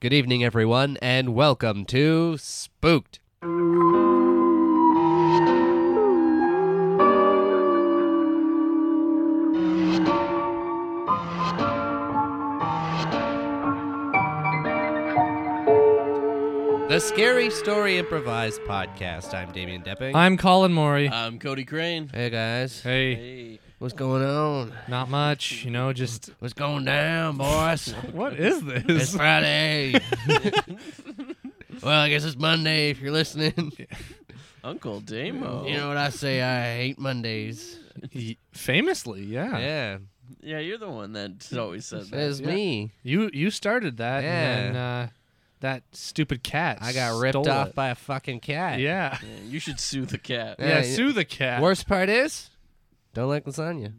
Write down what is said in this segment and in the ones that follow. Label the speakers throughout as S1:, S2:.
S1: Good evening, everyone, and welcome to Spooked. The Scary Story Improvised Podcast. I'm Damien Depping.
S2: I'm Colin Mori.
S1: Uh,
S3: I'm Cody Crane.
S1: hey, guys.
S2: hey,
S3: Hey.
S1: What's going on?
S2: not much, you know, just
S1: What's going down, boys?
S2: what is
S1: It's
S2: this?
S1: Friday. well, I guess it's Monday if you're listening.
S3: Uncle Damo.
S1: You know what I say? I hate Mondays.
S2: Y- Famously, yeah.
S1: Yeah,
S3: yeah, you're the one that's always said that.
S1: it's me.
S2: You you started that
S1: Yeah.
S2: and then, uh, that stupid cat.
S1: I got ripped
S2: stole
S1: off
S2: it.
S1: by a fucking cat.
S2: Yeah.
S3: Yeah, you should sue the cat.
S2: Yeah,
S1: Yeah,
S2: sue the cat.
S1: Worst part is, don't like lasagna.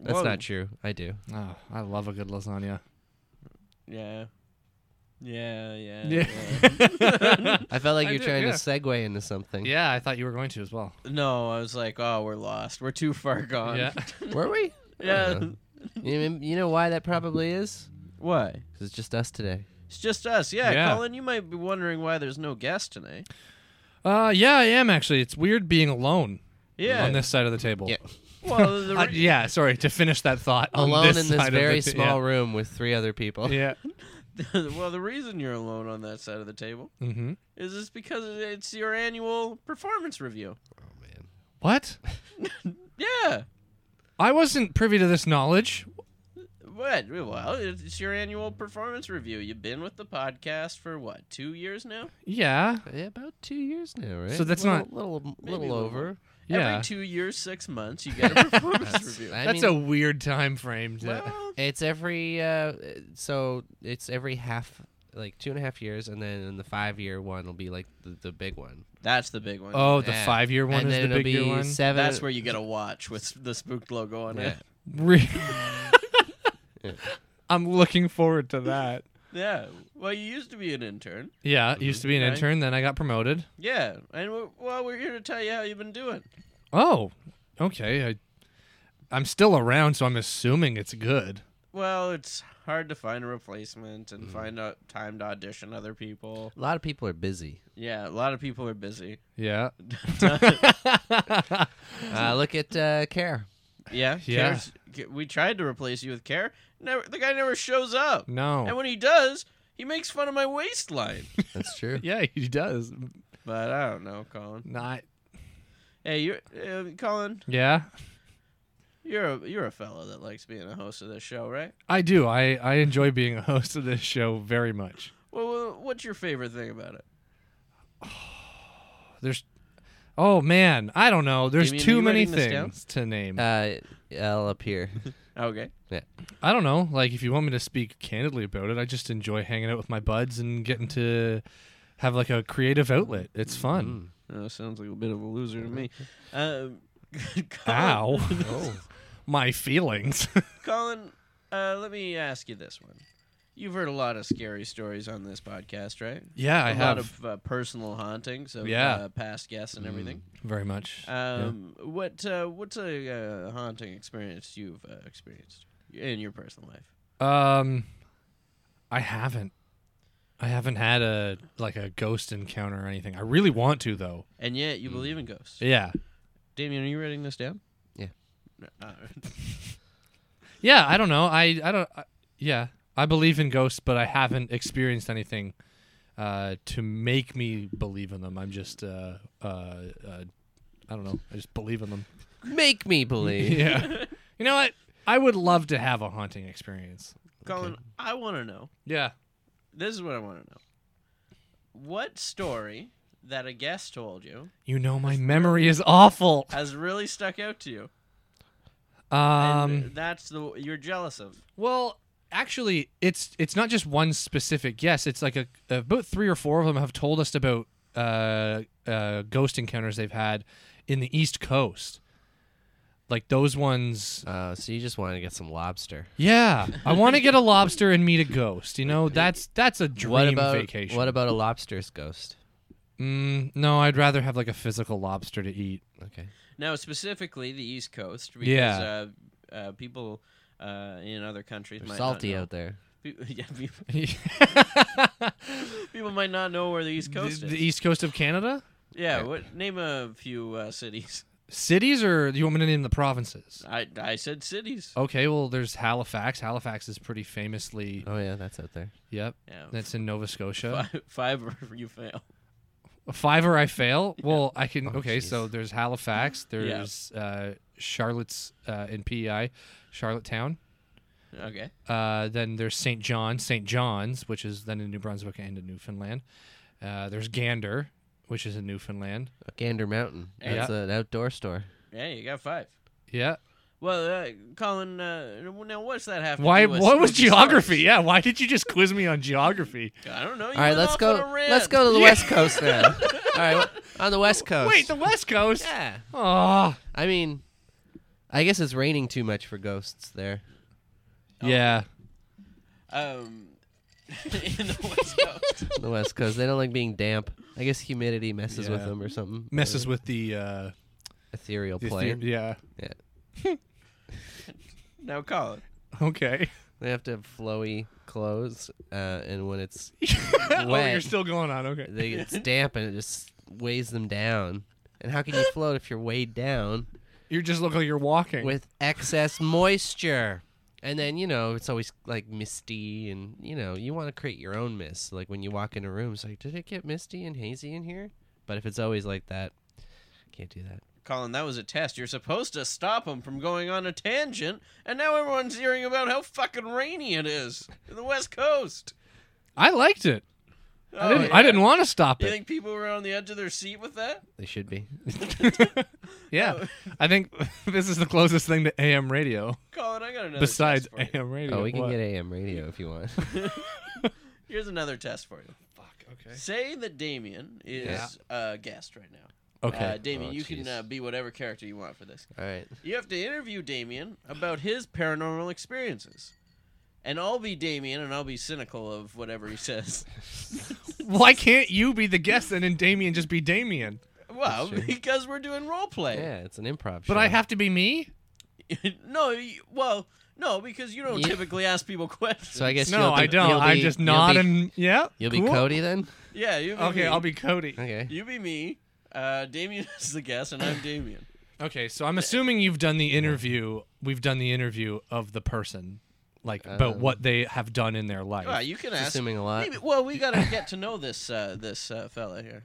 S1: That's
S3: Whoa.
S1: not true. I do.
S2: Oh, I love a good lasagna.
S3: Yeah. Yeah, yeah.
S2: Yeah.
S1: I felt like
S2: I
S1: you're
S2: do,
S1: trying
S2: yeah.
S1: to segue into something.
S2: yeah, I thought you were going to as well.
S3: yeah. no, I was like, oh, we're lost. We're too far gone.
S2: Yeah.
S1: Were we?
S3: yeah.
S1: Yeah. You mean- you know why that probably is?
S3: Why?
S1: 'Cause it's just us today.
S3: It's just us. Yeah,
S2: Yeah.
S3: Colin, you might be wondering why there's no guest today.
S2: Uh, yeah, I am actually. It's weird being alone
S3: Yeah.
S2: on this side of the table.
S1: Yeah.
S3: Well, the
S2: Uh,
S3: re-
S2: yeah. Sorry to finish that thought. on
S1: Alone in
S2: side
S1: this
S2: of
S1: very
S2: the ta-
S1: small room with three other people.
S2: Yeah. yeah.
S3: well, the reason you're alone on that side of the table
S2: Mm-hmm.
S3: is it's because it's your annual performance review.
S1: Oh man.
S2: What?
S3: Yeah.
S2: I wasn't privy to this knowledge.
S3: What? Well, it's your annual performance review. You've been with the podcast for what, two years now?
S2: Yeah.
S1: Yeah, about two years now, right?
S2: So that's
S1: Little-
S2: not-
S1: little
S3: Maybe
S1: little
S3: a little
S1: over.
S2: Yeah.
S3: Every two years, six months, you get a performance review.
S1: I
S2: That's
S1: mean-
S2: a weird time frame. To,
S3: Well,
S1: It's every uh, so it's every half like two and a half years, and then in the five year one will be like the, the big one.
S3: that's the big one.
S2: oh, the
S1: Yeah.
S2: five year one
S1: and
S2: is
S1: then
S2: the
S1: it'll
S2: big year
S1: be
S2: one.
S1: Seven.
S3: That's where you get a watch with the spooked logo on
S1: Yeah.
S3: it.
S2: Re- I'm looking forward to that.
S3: Yeah. Well, you used to be an intern.
S2: Yeah, used to be an
S3: Right.
S2: intern, then I got promoted.
S3: Yeah. And we're, well, we're here to tell you how you've been doing.
S2: Oh, okay. I, I'm still around, so I'm assuming it's good.
S3: Well, it's hard to find a replacement and
S2: Mm.
S3: find out time to audition other people.
S1: a lot of people are busy.
S3: Yeah, a lot of people are busy.
S2: Yeah.
S1: Uh, look at uh, Care.
S3: Yeah,
S2: Yeah.
S3: Care's- Ca- We tried to replace you with Care. Never, the guy never shows up. And
S2: no.
S3: when he does, he makes fun of my waistline.
S1: That's true.
S2: Yeah, he does.
S3: but I don't know, Colin.
S2: Not.
S3: Hey, you, uh, Colin,
S2: Yeah,
S3: you're a you're a fellow that likes being a host of this show, right?
S2: I do. I I enjoy being a host of this show very much.
S3: Well, well, what's your favorite thing about it?
S2: There's. Oh man, I don't know. There's
S3: Damien, are
S2: too
S3: you
S2: many
S3: writing this down?
S2: things to name.
S1: Uh, I'll appear.
S3: Okay.
S2: I don't know. Like, if you want me to speak candidly about it, I just enjoy hanging out with my buds and getting to have like a creative outlet. It's fun.
S3: Oh, sounds like a bit of a loser to me. Um,
S2: Ow.
S3: Colin,
S2: My feelings.
S3: Colin, uh, let me ask you this one. You've heard a lot of scary stories on this podcast, right?
S2: yeah, I
S3: A
S2: have
S3: lot of uh, personal hauntings of
S2: Yeah. Mm.
S3: uh, past guests and everything.
S2: very much.
S3: Um, What uh, what's a uh, haunting experience you've uh, experienced in your personal life?
S2: um, I haven't. I haven't had a like a ghost encounter or anything. I really want to though.
S3: And yet you believe in ghosts.
S2: Yeah,
S3: Damien, are you writing this down?
S1: Yeah.
S3: No, uh,
S2: yeah. I don't know. I I don't. I, yeah, I believe in ghosts, but I haven't experienced anything uh, to make me believe in them. I'm just uh, uh, uh, I don't know. I just believe in them.
S1: Make me believe.
S2: yeah. You know what? I would love to have a haunting experience.
S3: Colin, I want to know.
S2: Yeah.
S3: This is what I want to know. What story that a guest told you
S2: You know my memory is awful.
S3: has really stuck out to you? and
S2: Um
S3: that's the you're jealous of.
S2: well, actually it's it's not just one specific guess. It's like a about 3 or 4 of them have told us about uh uh ghost encounters they've had in the East Coast. Like those ones
S1: Uh, so you just wanted to get some lobster.
S2: Yeah. I want to get a lobster and meet a ghost. You know, that's that's a dream
S1: what about
S2: vacation.
S1: what about a lobster's ghost?
S2: mm, no, I'd rather have like a physical lobster to eat.
S1: Okay.
S3: Now, specifically the East Coast, because
S2: Yeah.
S3: uh, uh, people uh, in other countries
S1: They're
S3: might
S1: salty
S3: not know.
S1: out there.
S3: Pe- yeah, pe- might not know where the East Coast
S2: the,
S3: is.
S2: the east coast of Canada?
S3: yeah,
S1: Yeah.
S3: What name a few uh, cities?
S2: Cities or do you want me to name the provinces?
S3: I I said cities.
S2: Okay, well there's Halifax. Halifax is pretty famously
S1: Oh yeah, that's out there.
S2: Yep.
S3: Yeah,
S2: That's in Nova Scotia.
S3: five, five or you fail.
S2: Five or I fail. Well, I can
S1: Oh,
S2: okay, so
S1: jeez.
S2: there's Halifax, there's uh Charlotte's uh in PEI, Charlottetown.
S3: Okay.
S2: Uh, then there's St. John, St. John's, which is then in New Brunswick and in Newfoundland. Uh, there's Gander, which is in Newfoundland.
S1: Gander Mountain.
S3: Yeah.
S1: That's an outdoor store.
S3: Yeah, you got five.
S2: Yeah.
S3: Well, uh, Colin, uh, now what's that have to
S2: Why?
S3: do with
S2: What was
S3: spooky
S2: geography?
S3: stories?
S2: Yeah. Why did you just quiz me on geography?
S3: I don't know. You
S1: All right,
S3: went
S1: let's
S3: off
S1: go.
S3: on a rant.
S1: Let's go to the
S2: Yeah.
S1: West Coast now. All right, wh- on the West Coast.
S2: Wait, the West Coast.
S1: yeah.
S2: Oh.
S1: I mean, I guess it's raining too much for ghosts there.
S2: Yeah.
S3: Um, in the West Coast.
S1: on The West Coast. They don't like being damp. I guess humidity messes with
S2: Yeah.
S1: them or something.
S2: Messes
S1: Uh,
S2: with the. Uh,
S1: ethereal
S2: the
S1: plane.
S2: the- yeah.
S3: now, Colin.
S2: Okay.
S1: They have to have flowy clothes, uh, and when it's
S2: oh, you're
S1: Wet.
S2: still going on. Okay.
S1: they, it's damp and it just weighs them down. And how can you float if you're weighed down
S2: You just look like you're walking.
S1: with excess moisture? And then you know it's always like misty, and you know you want to create your own mist. Like when you walk in a room, it's like, did it get misty and hazy in here? But if it's always like that, can't do that.
S3: Colin, that was a test. You're supposed to stop him from going on a tangent, and now everyone's hearing about how fucking rainy it is in the West Coast.
S2: I liked it. I
S3: Oh,
S2: didn't.
S3: yeah.
S2: I didn't want to stop
S3: You
S2: it.
S3: think people were on the edge of their seat with that?
S1: They should be. Oh,
S2: yeah.
S3: oh.
S2: I think this is the closest thing to AM radio
S3: Colin, I got another
S2: besides
S3: test for you.
S2: AM radio.
S1: Oh, we can
S2: What?
S1: get AM radio if you want.
S3: Here's another test for you.
S2: Fuck. Okay.
S3: Say that Damien is
S2: Yeah.
S3: uh, guest right now.
S2: Okay.
S3: Uh, Damien,
S1: Oh,
S3: you
S1: jeez.
S3: can uh, be whatever character you want for this.
S1: All right.
S3: You have to interview Damien about his paranormal experiences. And I'll be Damien and I'll be cynical of whatever he says.
S2: Why can't you be the guest and then Damien just be Damien?
S3: well,
S1: true.
S3: because we're doing role play.
S1: Yeah, it's an improv.
S2: But
S1: show.
S2: I have to be me?
S3: no, y- well, no, because you don't
S1: Yeah.
S3: typically ask people questions.
S1: So I guess
S2: No,
S1: you'll be,
S2: I don't.
S1: you'll
S2: I'm
S1: be-
S2: just
S1: you'll
S2: not
S1: be-
S2: and yeah.
S1: You'll be
S2: cool.
S1: Cody then.
S3: yeah, you. Be
S2: Okay,
S3: me.
S2: I'll be Cody.
S1: Okay.
S3: You be me. Uh, Damien is the guest, and I'm Damien.
S2: Okay, so I'm assuming you've done the interview. We've done the interview of the person, like about
S1: Um,
S2: what they have done in their life.
S3: Well, you can ask.
S1: assuming a lot.
S3: Maybe- well, we gotta get to know this uh, this uh, fella here.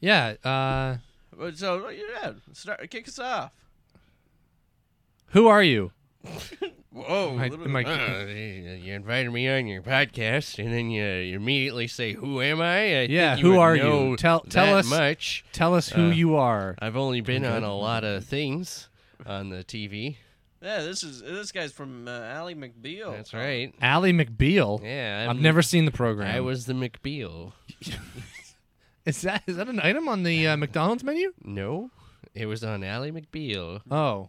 S2: Yeah. Uh,
S3: Well, So yeah, start kick us off.
S2: who are you?
S3: Whoa!
S2: Am I-
S3: little-
S2: am I-
S1: Uh, you invited me on your podcast, and then you, you immediately say, "Who am I?" I
S2: Yeah,
S1: think you
S2: who
S1: would
S2: are you?
S1: know
S2: Tell- tell
S1: that
S2: us.
S1: much.
S2: Tell us who
S1: Uh,
S2: you are.
S1: I've only been
S2: Okay.
S1: on a lot of things on the TV.
S3: yeah, this is this guy's from uh, Ally McBeal.
S1: That's right.
S2: Allie McBeal.
S1: Yeah,
S2: i
S1: I'm,
S2: have never seen the program.
S1: I was the McBeal.
S2: Is that is that an item on the uh, McDonald's menu?
S1: No, it was on Ally McBeal.
S2: Oh,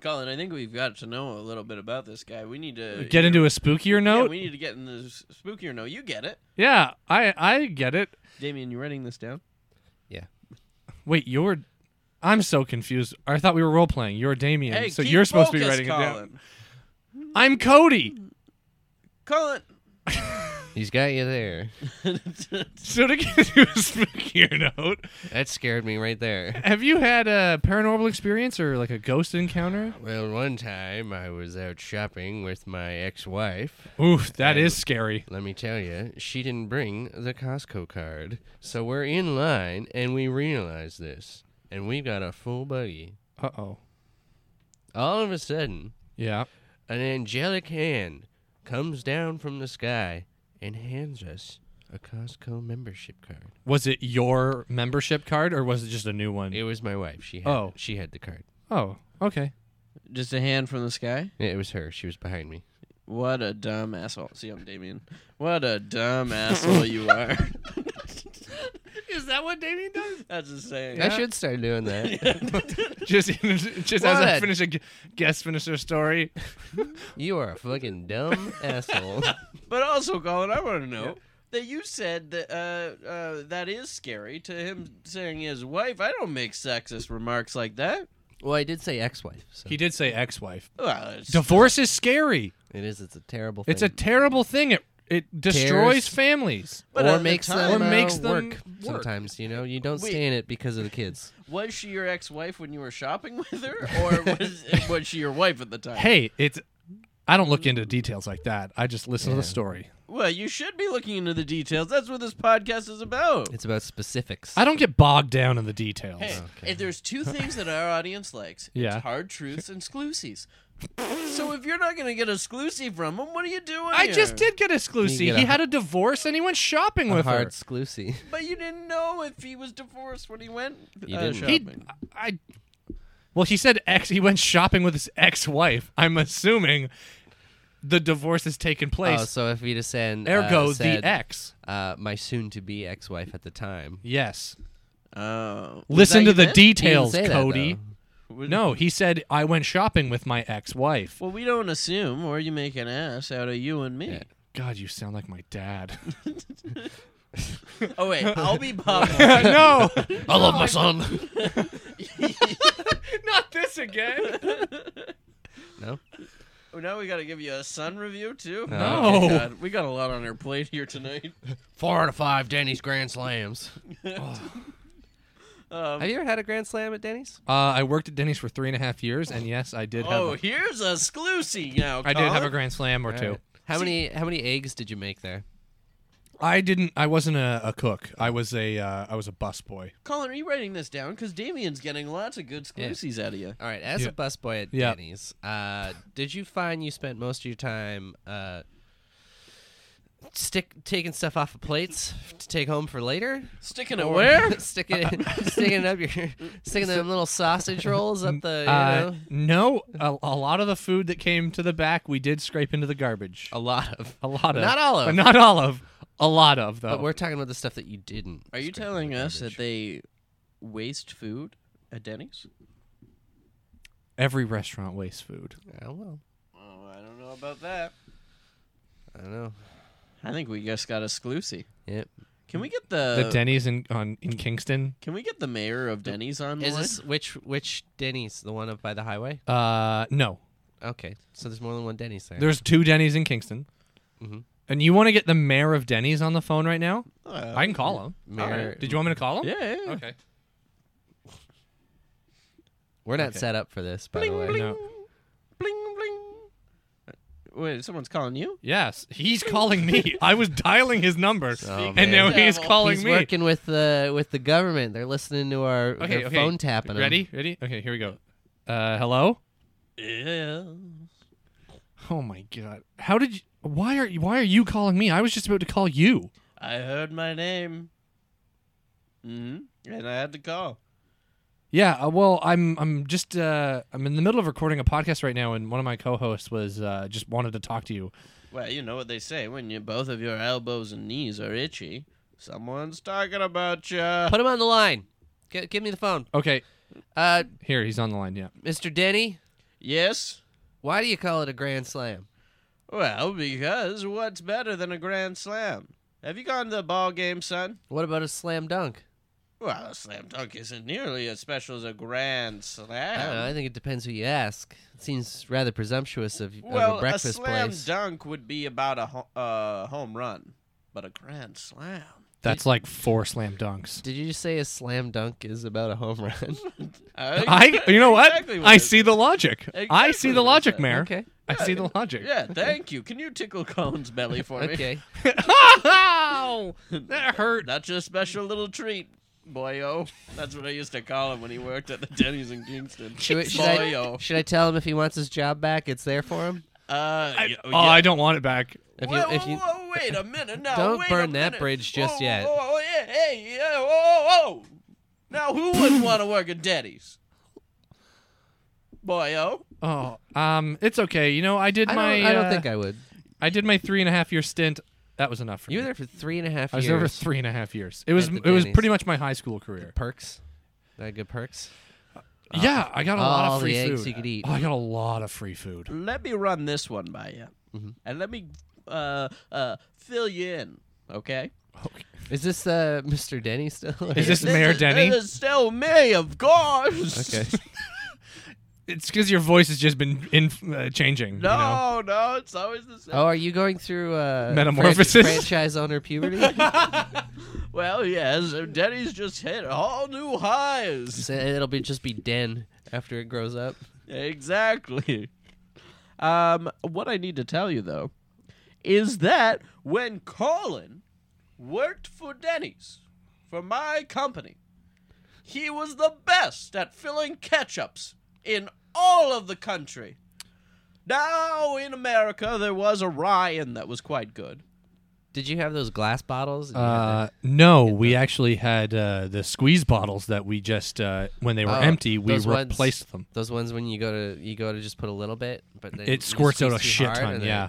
S3: Colin, I think we've got to know a little bit about this guy. We need to
S2: Uh, get into a spookier
S3: Yeah,
S2: note.
S3: we need to get in the s- spookier. No, you get it,
S2: Yeah, I I get it.
S3: Damien. You writing this down?
S2: Wait, you're. I'm so confused. I thought we were role playing. You're Damien,
S3: hey,
S2: so
S3: keep
S2: you're supposed to be
S3: focused,
S2: writing
S3: Colin.
S2: it down. I'm Cody.
S3: Colin.
S1: He's got you there.
S2: So to get to a spookier note,
S1: That scared me right there.
S2: have you had a paranormal experience or like a ghost encounter?
S1: Well, one time I was out shopping with my ex-wife,
S2: Oof, that is scary.
S1: Let me tell you, she didn't bring the Costco card. So we're in line and we realize this. And we've got a full buggy.
S2: Uh oh.
S1: All of a sudden,
S2: Yeah.
S1: an angelic hand comes down from the sky and hands us a Costco membership card.
S2: Was it your membership card or was it just a new one?
S1: It was my wife. She had,
S2: Oh.
S1: she had the card.
S2: oh, okay.
S3: Just a hand from the sky.
S1: Yeah, It was her. She was behind me.
S3: What a dumb asshole. See, I'm Damien. What a dumb asshole you are.
S2: Is that what Damien does?
S3: That's just saying.
S1: I should start doing that.
S2: just just as I
S1: What?
S2: finish a gu- guest finish their story.
S1: you are a fucking dumb asshole.
S3: But also, Colin, I want to know that you said that uh, uh, that is scary to him saying his wife. I don't make sexist remarks like that.
S1: Well, I did say ex-wife. So
S2: He did say ex-wife.
S3: Well, it's,
S2: Divorce is scary.
S1: it is. It's a terrible.
S2: It's a
S1: thing.
S2: terrible thing. It it destroys
S1: Tears.
S2: families.
S3: But
S1: or
S3: at the
S1: makes
S3: time-
S1: them
S2: Or makes
S1: uh,
S2: them
S1: work,
S2: work.
S1: sometimes. You know, you don't
S3: Wait.
S1: stay in it because of the kids.
S3: Was she your ex-wife when you were shopping with her, or was was she your wife at the time?
S2: Hey, it's. I don't look into details like that. I just listen to the
S1: Yeah.
S2: story.
S3: Well, you should be looking into the details. That's what this podcast is about.
S1: It's about specifics.
S2: I don't get bogged down in the details.
S3: Hey,
S1: Okay.
S3: if there's two things that our audience likes,
S2: Yeah.
S3: it's hard truths and sclusies. so if you're not gonna get a sclusy from him, what are you doing?
S2: I
S3: here?
S2: just did get a
S1: You
S2: sclusy.
S1: get a
S2: He
S1: hu-
S2: had a divorce and he went shopping
S1: a
S2: with
S1: hard
S2: her.
S1: sclusy.
S3: But you didn't know if he was divorced when he went
S1: You
S3: uh,
S1: didn't.
S2: He,
S3: shopping.
S2: I, well, he said ex. He went shopping with his ex-wife. I'm assuming the divorce has taken place.
S1: Oh, so if Vita Sen, uh,
S2: Ergo,
S1: said,
S2: the ex.
S1: uh, my soon-to-be ex-wife at the time.
S2: Yes.
S3: Oh, Was
S2: Listen
S3: that
S2: to
S3: you
S2: the
S3: meant?
S1: He didn't
S2: details,
S1: say that,
S2: Cody.
S1: though.
S3: Was-
S2: no, he said I went shopping with my ex-wife.
S3: Well, we don't assume, or you make an ass out of you and me.
S2: God, you sound like my dad.
S3: Oh wait, I'll be Bob. Marley.
S2: no,
S1: I love my son.
S2: not this again.
S1: no,
S3: Oh, now we gotta give you a sun review too.
S1: No.
S3: Oh, God. we got a lot on our plate here tonight.
S1: four out of five Denny's grand slams.
S3: Um,
S1: Have you ever had a grand slam at Denny's?
S2: Uh, I worked at Denny's for three and a half years, and yes, I did have.
S3: oh,
S2: a,
S3: here's a sclusy now.
S2: I did have a
S3: Colin.
S2: grand slam or two.
S1: Alright. How many how many eggs did you make there?
S2: I didn't. I wasn't a, a cook. I was a. Uh, I was a busboy.
S3: Colin, are you writing this down? Because Damien's getting lots of good sclusies out of you.
S1: All right, as
S2: Yeah.
S1: a busboy at
S2: Yeah.
S1: Denny's, uh, did you find you spent most of your time uh, stick taking stuff off of plates to take home for later?
S3: Sticking it
S1: Or
S3: where?
S1: sticking sticking it up your sticking them little sausage rolls up the you
S2: Uh,
S1: know
S2: no, a, a lot of the food that came to the back, we did scrape into the garbage.
S1: a lot of. oh.
S2: A lot of,
S1: Not all of.
S2: but not all of, a lot of though.
S1: But we're talking about the stuff that you didn't.
S3: Are you
S1: scrape out
S3: telling
S1: of the
S3: us that
S1: garbage.
S3: they waste food at Denny's?
S2: Every restaurant wastes food.
S1: Oh, well,
S3: Oh, I don't know about that.
S1: I don't know.
S3: I think we just got a sclusy.
S1: Yep.
S3: Can we get the,
S1: Oh.
S2: the Denny's in on in Kingston.
S3: Can we get the mayor of Denny's on
S1: Is this which which Denny's? The one up by the highway?
S2: Uh, no,
S1: Okay, so there's more than one Denny's there.
S2: there's two Denny's in Kingston.
S3: Mm-hmm.
S1: Mhm.
S2: And you want to get the mayor of Denny's on the phone right now? I can call him.
S1: Mayor-
S2: Did you want me to call him?
S3: Uh, Yeah. yeah, yeah.
S2: Okay.
S1: We're not
S2: Okay.
S1: set up for this, by the way.
S2: bling.
S3: Bling bling. Uh, Wait, someone's calling you?
S2: Yes, he's calling me. I was dialing his number,
S1: So,
S2: and now
S3: Oh, man.
S2: he's calling
S1: He's
S2: me.
S1: working with the with the government. They're listening to our
S2: Okay,
S1: they're
S2: okay.
S1: phone tapping. 'em.
S2: Ready? Ready? Okay, here we go. Uh, hello.
S3: Yeah.
S2: Oh my god! How did you? Why are you? Why are you calling me? I was just about to call you.
S3: I heard my name. Mm-hmm. And I had to call.
S2: Yeah. Uh, well, I'm. I'm just. Uh, I'm in the middle of recording a podcast right now, and one of my co-hosts was uh, just wanted to talk to you.
S3: Well, you know what they say when you both of your elbows and knees are itchy. Someone's talking about you.
S1: Put him on the line. G- give me the phone.
S2: Okay.
S1: Uh,
S2: Here, he's on the line. Yeah.
S1: Mr. Denny,
S3: Yes.
S1: why do you call it a grand slam?
S3: Well, because what's better than a grand slam? Have you gone to the ball game, son?
S1: What about a slam dunk?
S3: Well, a slam dunk isn't nearly as special as a grand
S1: I
S2: Uh,
S1: don't know.
S3: slam.
S1: I think it depends who you ask. It seems rather presumptuous of, of
S3: well,
S1: a
S3: a
S1: breakfast
S3: slam
S1: place.
S3: dunk would be about a ho- uh, home run, but a grand slam.
S2: That's like four slam dunks.
S1: Did you just say a slam dunk is about a home run?
S2: I. You know what?
S3: Exactly
S2: I
S3: it
S2: see
S3: is.
S2: the logic. I
S3: Exactly
S2: see the
S3: what I
S2: logic,
S3: said.
S2: Mayor.
S1: okay.
S2: I see the logic.
S3: Yeah, thank you. Can you tickle Cone's belly for me?
S1: Okay.
S2: Ow! that hurt.
S3: That's your special little treat, boyo. That's what I used to call him when he worked at the Denny's in Kingston.
S1: Should, we- should I,
S3: boyo.
S1: should I tell him if he wants his job back, it's there for him?
S3: Uh,
S2: I,
S3: y-
S2: oh,
S3: yeah.
S2: I don't want it back.
S1: If
S3: whoa,
S1: you, if you,
S3: whoa, whoa, wait a minute now.
S1: Don't
S3: wait a
S1: burn that
S3: minute.
S1: bridge just
S3: Whoa,
S1: yet.
S3: Whoa, whoa, yeah, hey, yeah, whoa, whoa, whoa. Now who wouldn't want to work at Denny's? Boyo.
S2: Oh, um, it's okay. You know, I did
S1: I, don't,
S2: my.
S1: I don't
S2: uh,
S1: think I would.
S2: I did my three and a half year stint. That was enough for
S1: You were
S2: me.
S1: there for three and a half
S2: I was
S1: years.
S2: there for three and a half years. It was
S1: the
S2: it was
S1: Denny's.
S2: pretty much my high school career.
S1: perks. Did I have good perks?
S2: yeah, I got a lot
S1: Oh, all
S2: of
S1: the
S2: free
S1: eggs
S2: food.
S1: you could eat.
S2: Oh, I got a lot of free food.
S3: Let me run this one by you, and let me uh, uh, fill you in, okay?
S1: Is this uh, Mr. Denny still?
S2: Is this Mayor Denny?
S3: This is still me, of course.
S1: okay?
S2: It's because your voice has just been in uh, changing.
S3: No,
S2: you know?
S3: no, it's always the same.
S1: Oh, are you going through uh,
S2: Metamorphosis?
S1: franchi- franchise owner puberty?
S3: Well, yes, Denny's just hit all new highs.
S1: So uh, it'll be just be Den after it grows up.
S3: Exactly. Um, what I need to tell you though is that when Colin worked for Denny's for my company, he was the best at filling ketchups in all of the country. Now in America, there was a Ryan that was quite good.
S1: Did you have those glass bottles? and you had
S2: Uh, no, we actually had uh, the squeeze bottles that we just uh, when they were
S1: Oh,
S2: empty, we
S1: those ones-
S2: replaced them.
S1: the- those ones when you go to you go to just put a little bit, but then you
S2: It squirts out a
S1: squeeze too
S2: shit
S1: hard
S2: ton.
S1: and then
S2: Yeah,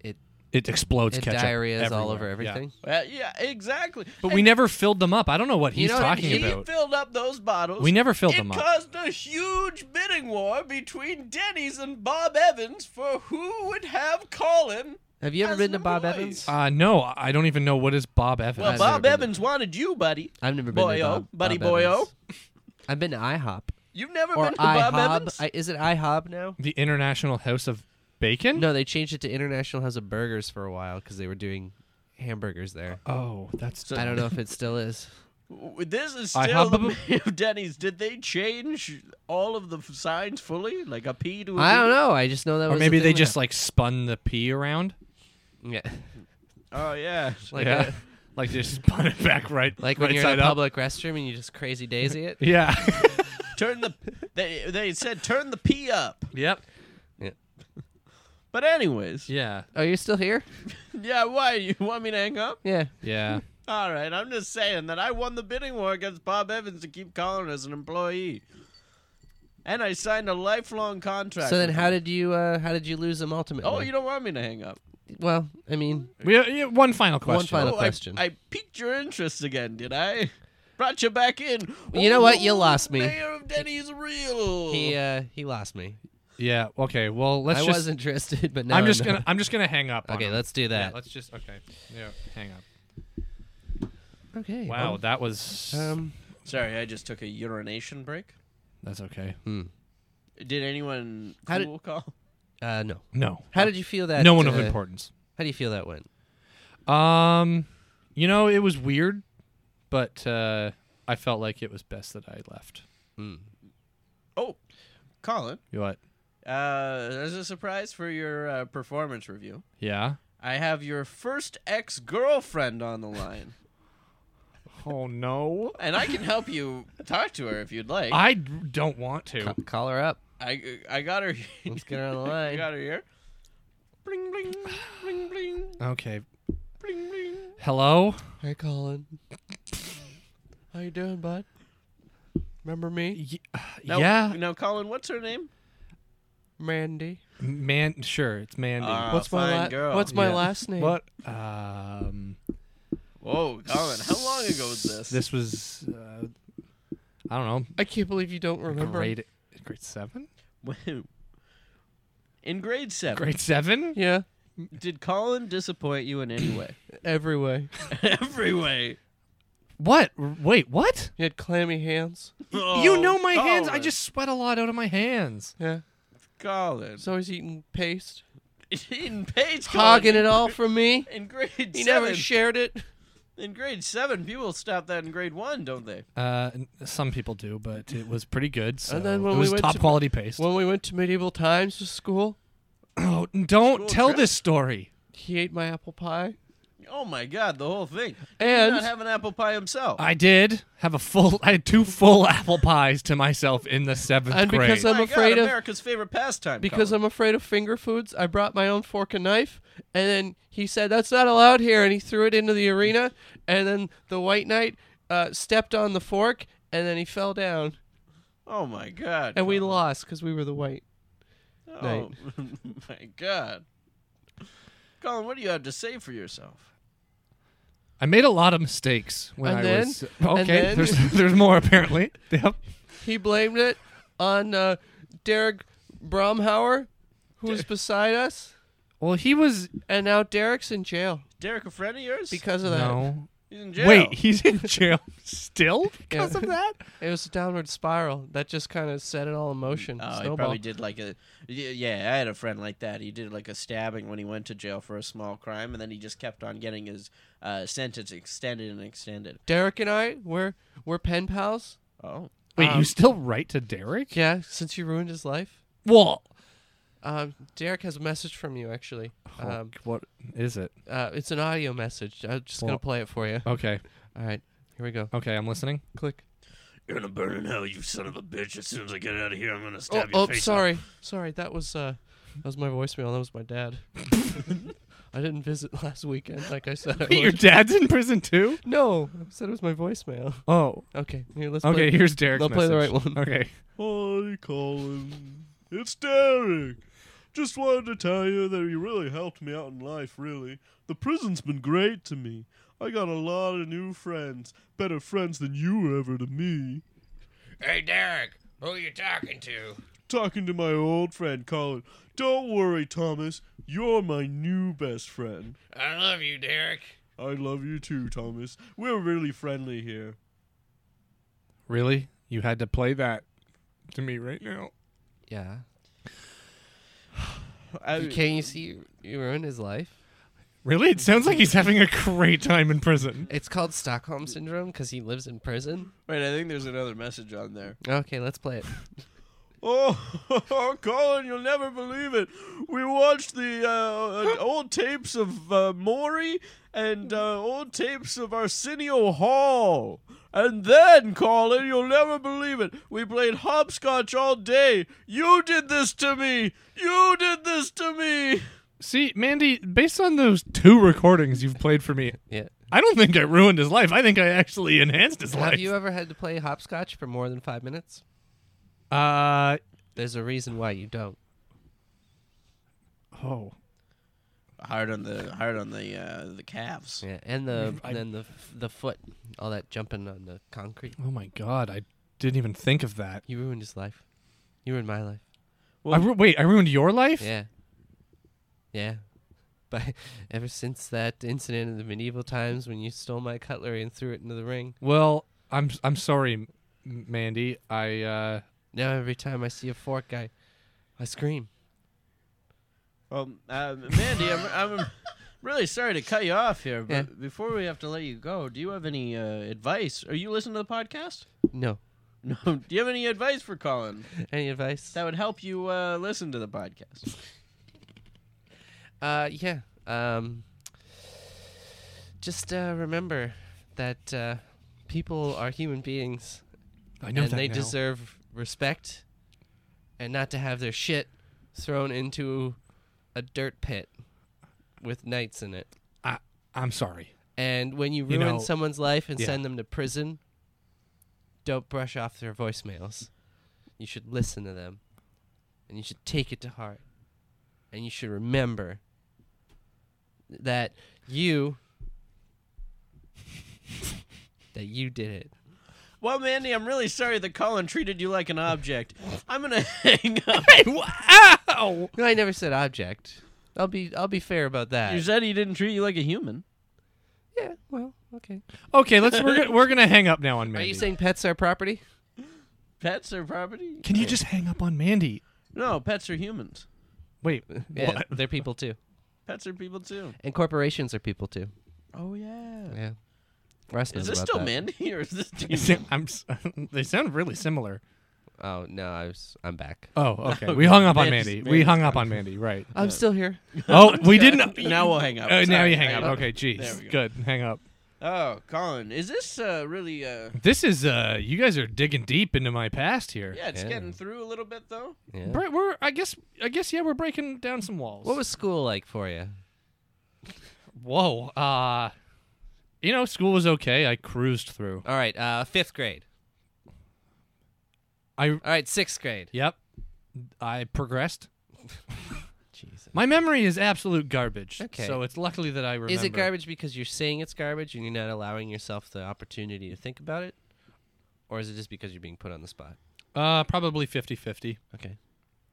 S1: it-
S2: it explodes
S1: it
S2: ketchup.
S1: diarrhea's all over
S2: everywhere, yeah.
S1: everything.
S3: Well, yeah, exactly.
S2: But we never filled them up. I don't know what
S1: You
S2: he's
S1: know what I
S2: talking
S1: mean?
S3: He
S2: about.
S3: filled up those bottles.
S2: We never filled
S3: it
S2: them up.
S3: caused a huge bidding war between Denny's and Bob Evans for who would have Colin.
S1: Have you ever
S3: As
S1: been to Bob
S3: noise.
S1: Evans?
S2: Uh, no, I don't even know what is Bob Evans.
S3: Well,
S1: I've never
S3: Bob
S1: been to-
S3: Evans wanted you, buddy.
S1: I've never been to
S3: Boyo,
S1: Bob,
S3: buddy
S1: Bob Evans.
S3: boyo.
S1: I've been to IHOP
S3: You've never
S1: or
S3: been to Bob
S1: IHOB.
S3: Evans?
S1: I, is it IHOB now?
S2: the International House of Bacon.
S1: No, they changed it to International House of Burgers for a while because they were doing hamburgers there.
S2: Oh, that's
S1: I don't know if it still is.
S3: W- This is
S2: I
S3: still the
S2: hub-
S3: main of Denny's. Did they change all of the f- signs fully, like a P to a
S1: I don't know. I just know that.
S2: Or
S1: was a
S2: maybe they
S1: thing
S2: just like spun the pea around.
S1: when I- yeah,
S3: Oh yeah.
S1: like
S2: yeah.
S1: a-
S2: like just spun it back right.
S1: like
S2: right
S1: when you're
S2: side
S1: in a
S2: up.
S1: public restroom and you just crazy daisy it.
S2: Yeah.
S3: turn the they they said turn the P up.
S2: yep.
S3: But anyways,
S2: Yeah.
S1: Oh, you're still here?
S3: yeah. Why you want me to hang up?
S1: Yeah.
S2: Yeah.
S3: All right, I'm just saying that I won the bidding war against Bob Evans to keep Colin as an employee, and I signed a lifelong contract.
S1: So then,
S3: with
S1: how
S3: him.
S1: did you uh, how did you lose him ultimately?
S3: Oh, you don't want me to hang up.
S1: well, I mean,
S2: We uh, yeah, one final question.
S1: final-
S3: oh, I-
S1: question.
S3: I, piqued your interest again, did I? Brought you back in.
S1: You know what? You
S3: Oh,
S1: lost me.
S3: Mayor of Denny's real.
S1: he uh, he lost me.
S2: Yeah. Okay. Well, let's
S1: I
S2: just.
S1: was interested, but now
S2: I'm just
S1: not.
S2: gonna. I'm just gonna hang up. on
S1: Okay,
S2: him.
S1: let's do
S2: Yeah,
S1: that.
S2: let's just. Okay. Yeah. Hang up.
S1: okay.
S2: Wow, that was.
S1: well, Um.
S3: Sorry, I just took a urination break.
S2: that's okay.
S3: Did anyone
S1: How did-
S3: cool call?
S1: Uh. No.
S2: No.
S1: How did you feel that?
S2: no one of
S1: uh,
S2: importance.
S1: How do you feel that went?
S2: Um, you know, it was weird, but uh, I felt like it was best that I left.
S1: Hmm.
S3: Oh, Colin.
S2: You what?
S3: Uh, as a surprise for your uh, performance review,
S2: Yeah.
S3: I have your first ex-girlfriend on the line.
S2: Oh no.
S3: and I can help you talk to her if you'd like. I
S2: I d- don't want to.
S1: C- call her up.
S3: I, got her.
S1: Let's get her on the
S3: I
S1: line.
S3: got her here. Bling bling bling bling
S2: Okay.
S3: bling bling.
S2: Hello.
S1: Hey, Colin. How you doing, bud? Remember me,
S2: Y-
S3: Now,
S2: yeah.
S3: Now, Colin, what's her name?
S1: Mandy?
S2: Man, sure. It's Mandy.
S3: Uh,
S1: What's my
S3: fine
S1: la-
S3: girl.
S1: What's my
S2: Yeah.
S1: last name?
S2: what? Um.
S3: Whoa,
S1: Oh,
S3: Colin! How long ago was this?
S2: This was. Uh, I don't
S1: I can't believe you don't
S2: know.
S1: remember.
S2: Grade. Grade seven.
S3: in grade seven.
S2: Grade seven.
S1: Yeah.
S3: Did Colin disappoint you in any way?
S1: Every way.
S3: Every way.
S2: What? R- Wait. What?
S1: You had clammy hands.
S2: you
S3: Oh,
S2: know my hands. I
S3: Colin.
S2: just sweat a lot out of my hands.
S1: Yeah.
S3: Colin.
S1: He's always eating paste.
S3: in page
S1: Hogging it all from me.
S3: In grade
S1: He
S3: seven.
S1: never shared it.
S3: in grade seven, people stop that in grade one, don't they?
S2: Uh, n- some people do, but it was pretty good. So
S1: then when
S2: it
S1: we
S2: was
S1: went
S2: top
S1: to-
S2: quality paste.
S1: When we went to medieval times to school,
S2: oh, don't
S3: School
S2: tell
S3: trip.
S2: this story.
S1: he ate my apple pie.
S3: Oh my God, the whole thing.
S1: And-
S3: did not have an apple pie himself.
S2: I did have a full. I had two full apple pies to myself in the seventh
S1: And
S2: grade.
S1: because I'm
S3: My
S1: afraid
S3: God,
S1: of-
S3: America's favorite pastime.
S1: Because I'm afraid of finger foods, I brought my own fork and knife. And then he said, That's not allowed here. And he threw it into the arena. And then the white knight uh, stepped on the fork. And then he fell down.
S3: oh my God,
S1: And we
S3: Colin.
S1: lost because we were the white.
S3: Oh my God, Colin, what do you have to say for yourself?
S2: I made a lot of mistakes when
S1: And
S2: I
S1: then-
S2: was.
S1: and
S2: Okay,
S1: then-
S2: there's there's more apparently. Yep.
S1: He blamed it on uh, Derek Bromhauer, who was beside us.
S2: Well, he was
S1: And now Derek's in jail
S3: Derek, a friend of yours?
S1: because of that.
S2: no.
S3: He's in jail.
S2: Wait, he's in jail still because
S1: Yeah.
S2: of that?
S1: It was a downward spiral that just kind of set it all in motion.
S3: Oh, he
S1: Snowball.
S3: probably did like a. y- Yeah, I had a friend like that. He did like a stabbing when he went to jail for a small crime, and then he just kept on getting his uh, sentence extended and extended.
S1: Derek and I were were pen pals.
S3: Oh.
S2: Wait,
S1: Um,
S2: you still write to Derek?
S1: Yeah, since you ruined his life.
S2: Well,
S1: Um, Derek has a message from you actually.
S2: Oh,
S1: Um,
S2: what is it?
S1: uh, it's an audio message. I'm just gonna
S2: Well-
S1: play it for you.
S2: Okay,
S1: All right, here we go.
S2: okay, I'm listening.
S1: Click.
S3: You're gonna burn in hell, you son of a bitch. As soon as I get out of here, I'm gonna
S1: Oh, oh, sorry, sorry. That was uh, that was my voicemail. That was my dad. I didn't visit last weekend, like I said. I
S2: Wait, your
S1: would.
S2: dad's in prison too?
S1: No, I said it was my voicemail.
S2: Oh,
S1: Okay, here let's. play.
S2: okay. Here's Derek's.
S1: I'll play the
S2: message.
S1: right one.
S2: Okay.
S4: Hi, Colin. It's Derek. Just wanted to tell you that you really helped me out in life, really. The prison's been great to me. I got a lot of new friends. Better friends than you were ever to me.
S5: Hey, Derek, who you talking to?
S4: Talking to my old friend Colin. Don't worry, Thomas. You're my new best friend.
S5: I love you, Derek.
S4: I love you too, Thomas. We're really friendly here.
S2: Really? You had to play that to me right now?
S1: Yeah.
S3: I,
S1: You- Can you see you- you ruined his life?
S2: Really? It sounds like he's having a great time in prison.
S1: It's called Stockholm syndrome because he lives in prison.
S3: wait, I think there's another message on there.
S1: Okay, let's play it.
S4: Oh, Colin, you'll never believe it. We watched the uh, uh, old tapes of uh, Maury and uh, old tapes of Arsenio Hall. And then, Colin, you'll never believe it. We played hopscotch all day. You did this to me. You did this to me.
S2: See, Mandy, based on those two recordings you've played for me,
S1: Yeah.
S2: I don't think I ruined his life. I think I actually enhanced his life.
S1: Have you ever had to play hopscotch for more than five minutes?
S2: uh,
S1: There's a reason why you don't.
S2: oh.
S3: Hard on the hard on the uh, the calves.
S1: Yeah, and the
S2: I-
S1: then the the foot, all that jumping on the concrete.
S2: Oh my god, I didn't even think of that.
S1: You ruined his life. You ruined my life.
S2: I ru- wait, I ruined your life?
S1: Yeah. Yeah. But ever since that incident in the medieval times when you stole my cutlery and threw it into the ring,
S2: Well, I'm I'm sorry, M- Mandy. I uh
S1: now every time I see a fork guy, I scream.
S3: Well, um, Mandy, I'm, I'm really sorry to cut you off here, but
S1: Yeah.
S3: before we have to let you go, do you have any uh, advice? Are you listening to the podcast?
S1: No.
S3: No. Do you have any advice for Colin
S1: Any advice?
S3: that would help you uh, listen to the podcast?
S1: Uh, yeah. Um, just uh, remember that uh, people are human beings
S2: I know
S1: and
S2: that
S1: they
S2: now.
S1: deserve respect and not to have their shit thrown into a dirt pit with knights in it.
S2: I I'm sorry.
S1: And when you
S2: You
S1: ruin
S2: know-
S1: someone's life and
S2: Yeah.
S1: send them to prison, don't brush off their voicemails. You should listen to them. And you should take it to heart. And you should remember that you that you did it.
S3: Well, Mandy, I'm really sorry that Colin treated you like an object. I'm gonna hang up.
S2: Wow.
S1: No, I never said object. I'll be I'll be fair about that.
S3: You said he didn't treat you like a human.
S1: yeah, well, okay.
S2: Okay, let's we're gonna, we're going to hang up now on Mandy.
S1: Are you saying pets are property?
S3: Pets are property.
S2: Can you just hang up on Mandy?
S3: No, pets are humans.
S2: Wait.
S1: Yeah,
S2: What?
S1: they're people too.
S3: Pets are people too.
S1: And corporations are people too.
S3: Oh yeah.
S1: Yeah. Russ knows
S3: Is this
S1: about
S3: still
S1: that.
S3: Mandy or is this?
S2: They sound- I'm s- they sound really similar.
S1: Oh no, I was I'm back.
S2: Oh, okay. We hung up on
S3: Mandy's-
S2: Mandy. we
S3: Mandy's
S2: hung up on Mandy, right.
S1: I'm still here.
S2: Oh, we didn't
S3: now we'll hang up.
S2: Oh, now
S3: Sorry.
S2: you hang up.
S3: I-
S2: Okay,
S3: There we
S2: jeez.
S3: go.
S2: Good. Hang up.
S3: Oh, Colin, is this uh, really? Uh,
S2: This is uh you guys are digging deep into my past here.
S3: yeah, it's
S1: Yeah.
S3: getting through a little bit though.
S1: Yeah.
S2: Bre- we're I guess I guess yeah, we're breaking down some walls.
S1: What was school like for you?
S2: Whoa. Uh you know, school was okay. I cruised through.
S1: All right, uh, fifth grade.
S2: I
S1: All right, sixth grade.
S2: yep. I progressed.
S1: Jesus.
S2: My memory is absolute garbage.
S1: Okay.
S2: So it's luckily that I remember.
S1: Is it garbage because you're saying it's garbage and you're not allowing yourself the opportunity to think about it, or is it just because you're being put on the spot?
S2: Uh probably 50-50.
S1: Okay.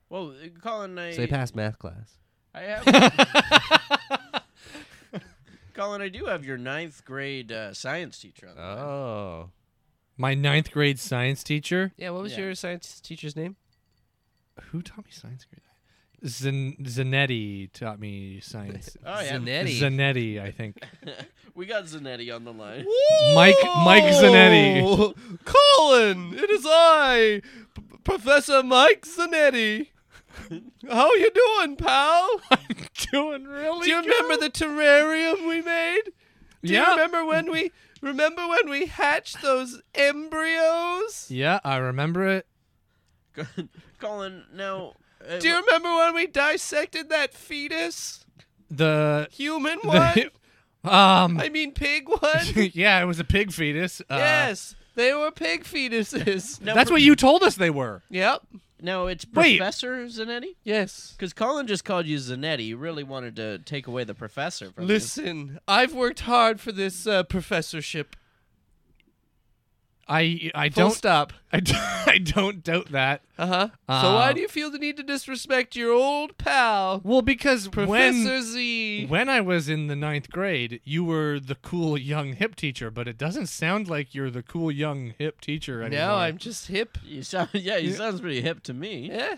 S3: Well, uh, Colin, I,
S1: So they passed math class.
S3: I have Colin, I do have your ninth grade uh, science teacher on the line.
S1: Oh.
S2: My ninth grade science teacher.
S1: Yeah, what was
S3: Yeah.
S1: your science teacher's name?
S2: Who taught me science? grade? Zan- Zanetti taught me science.
S3: Oh, yeah.
S1: Zanetti.
S2: Zanetti, I think.
S3: we got Zanetti on the line.
S2: Mike Mike Zanetti.
S1: Oh, Colin, it is I, P- Professor Mike Zanetti. How you doing, pal?
S2: Doing really?
S1: Do you remember the terrarium we made? Do
S2: Yeah.
S1: you remember when we remember when we hatched those embryos?
S2: Yeah, I remember it.
S3: Colin, now. uh,
S1: Do you remember when we dissected that fetus?
S2: The,
S1: Human
S2: the
S1: one?
S2: um.
S1: I mean pig one?
S2: yeah, it was a pig fetus. Uh,
S1: yes. They were pig fetuses.
S3: now
S2: That's
S3: pro-
S2: what you told us they were.
S1: Yep.
S3: Now it's
S2: Wait.
S3: Professor Zanetti?
S1: Yes.
S3: Because Colin just called you Zanetti. You really wanted to take away the professor from you.
S1: Listen, I've worked hard for this uh, professorship.
S2: I I
S1: Full
S2: don't
S1: stop.
S2: I, d- I don't doubt that.
S1: Uh huh. so
S2: Uh,
S1: why do you feel the need to disrespect your old pal,
S2: Well, because
S1: Professor Z?
S2: when when I was in the ninth grade, you were the cool young hip teacher, but it doesn't sound like you're the cool young hip teacher anymore.
S1: now I'm just hip.
S3: You sound, yeah, he sounds pretty hip to me.
S1: Yeah.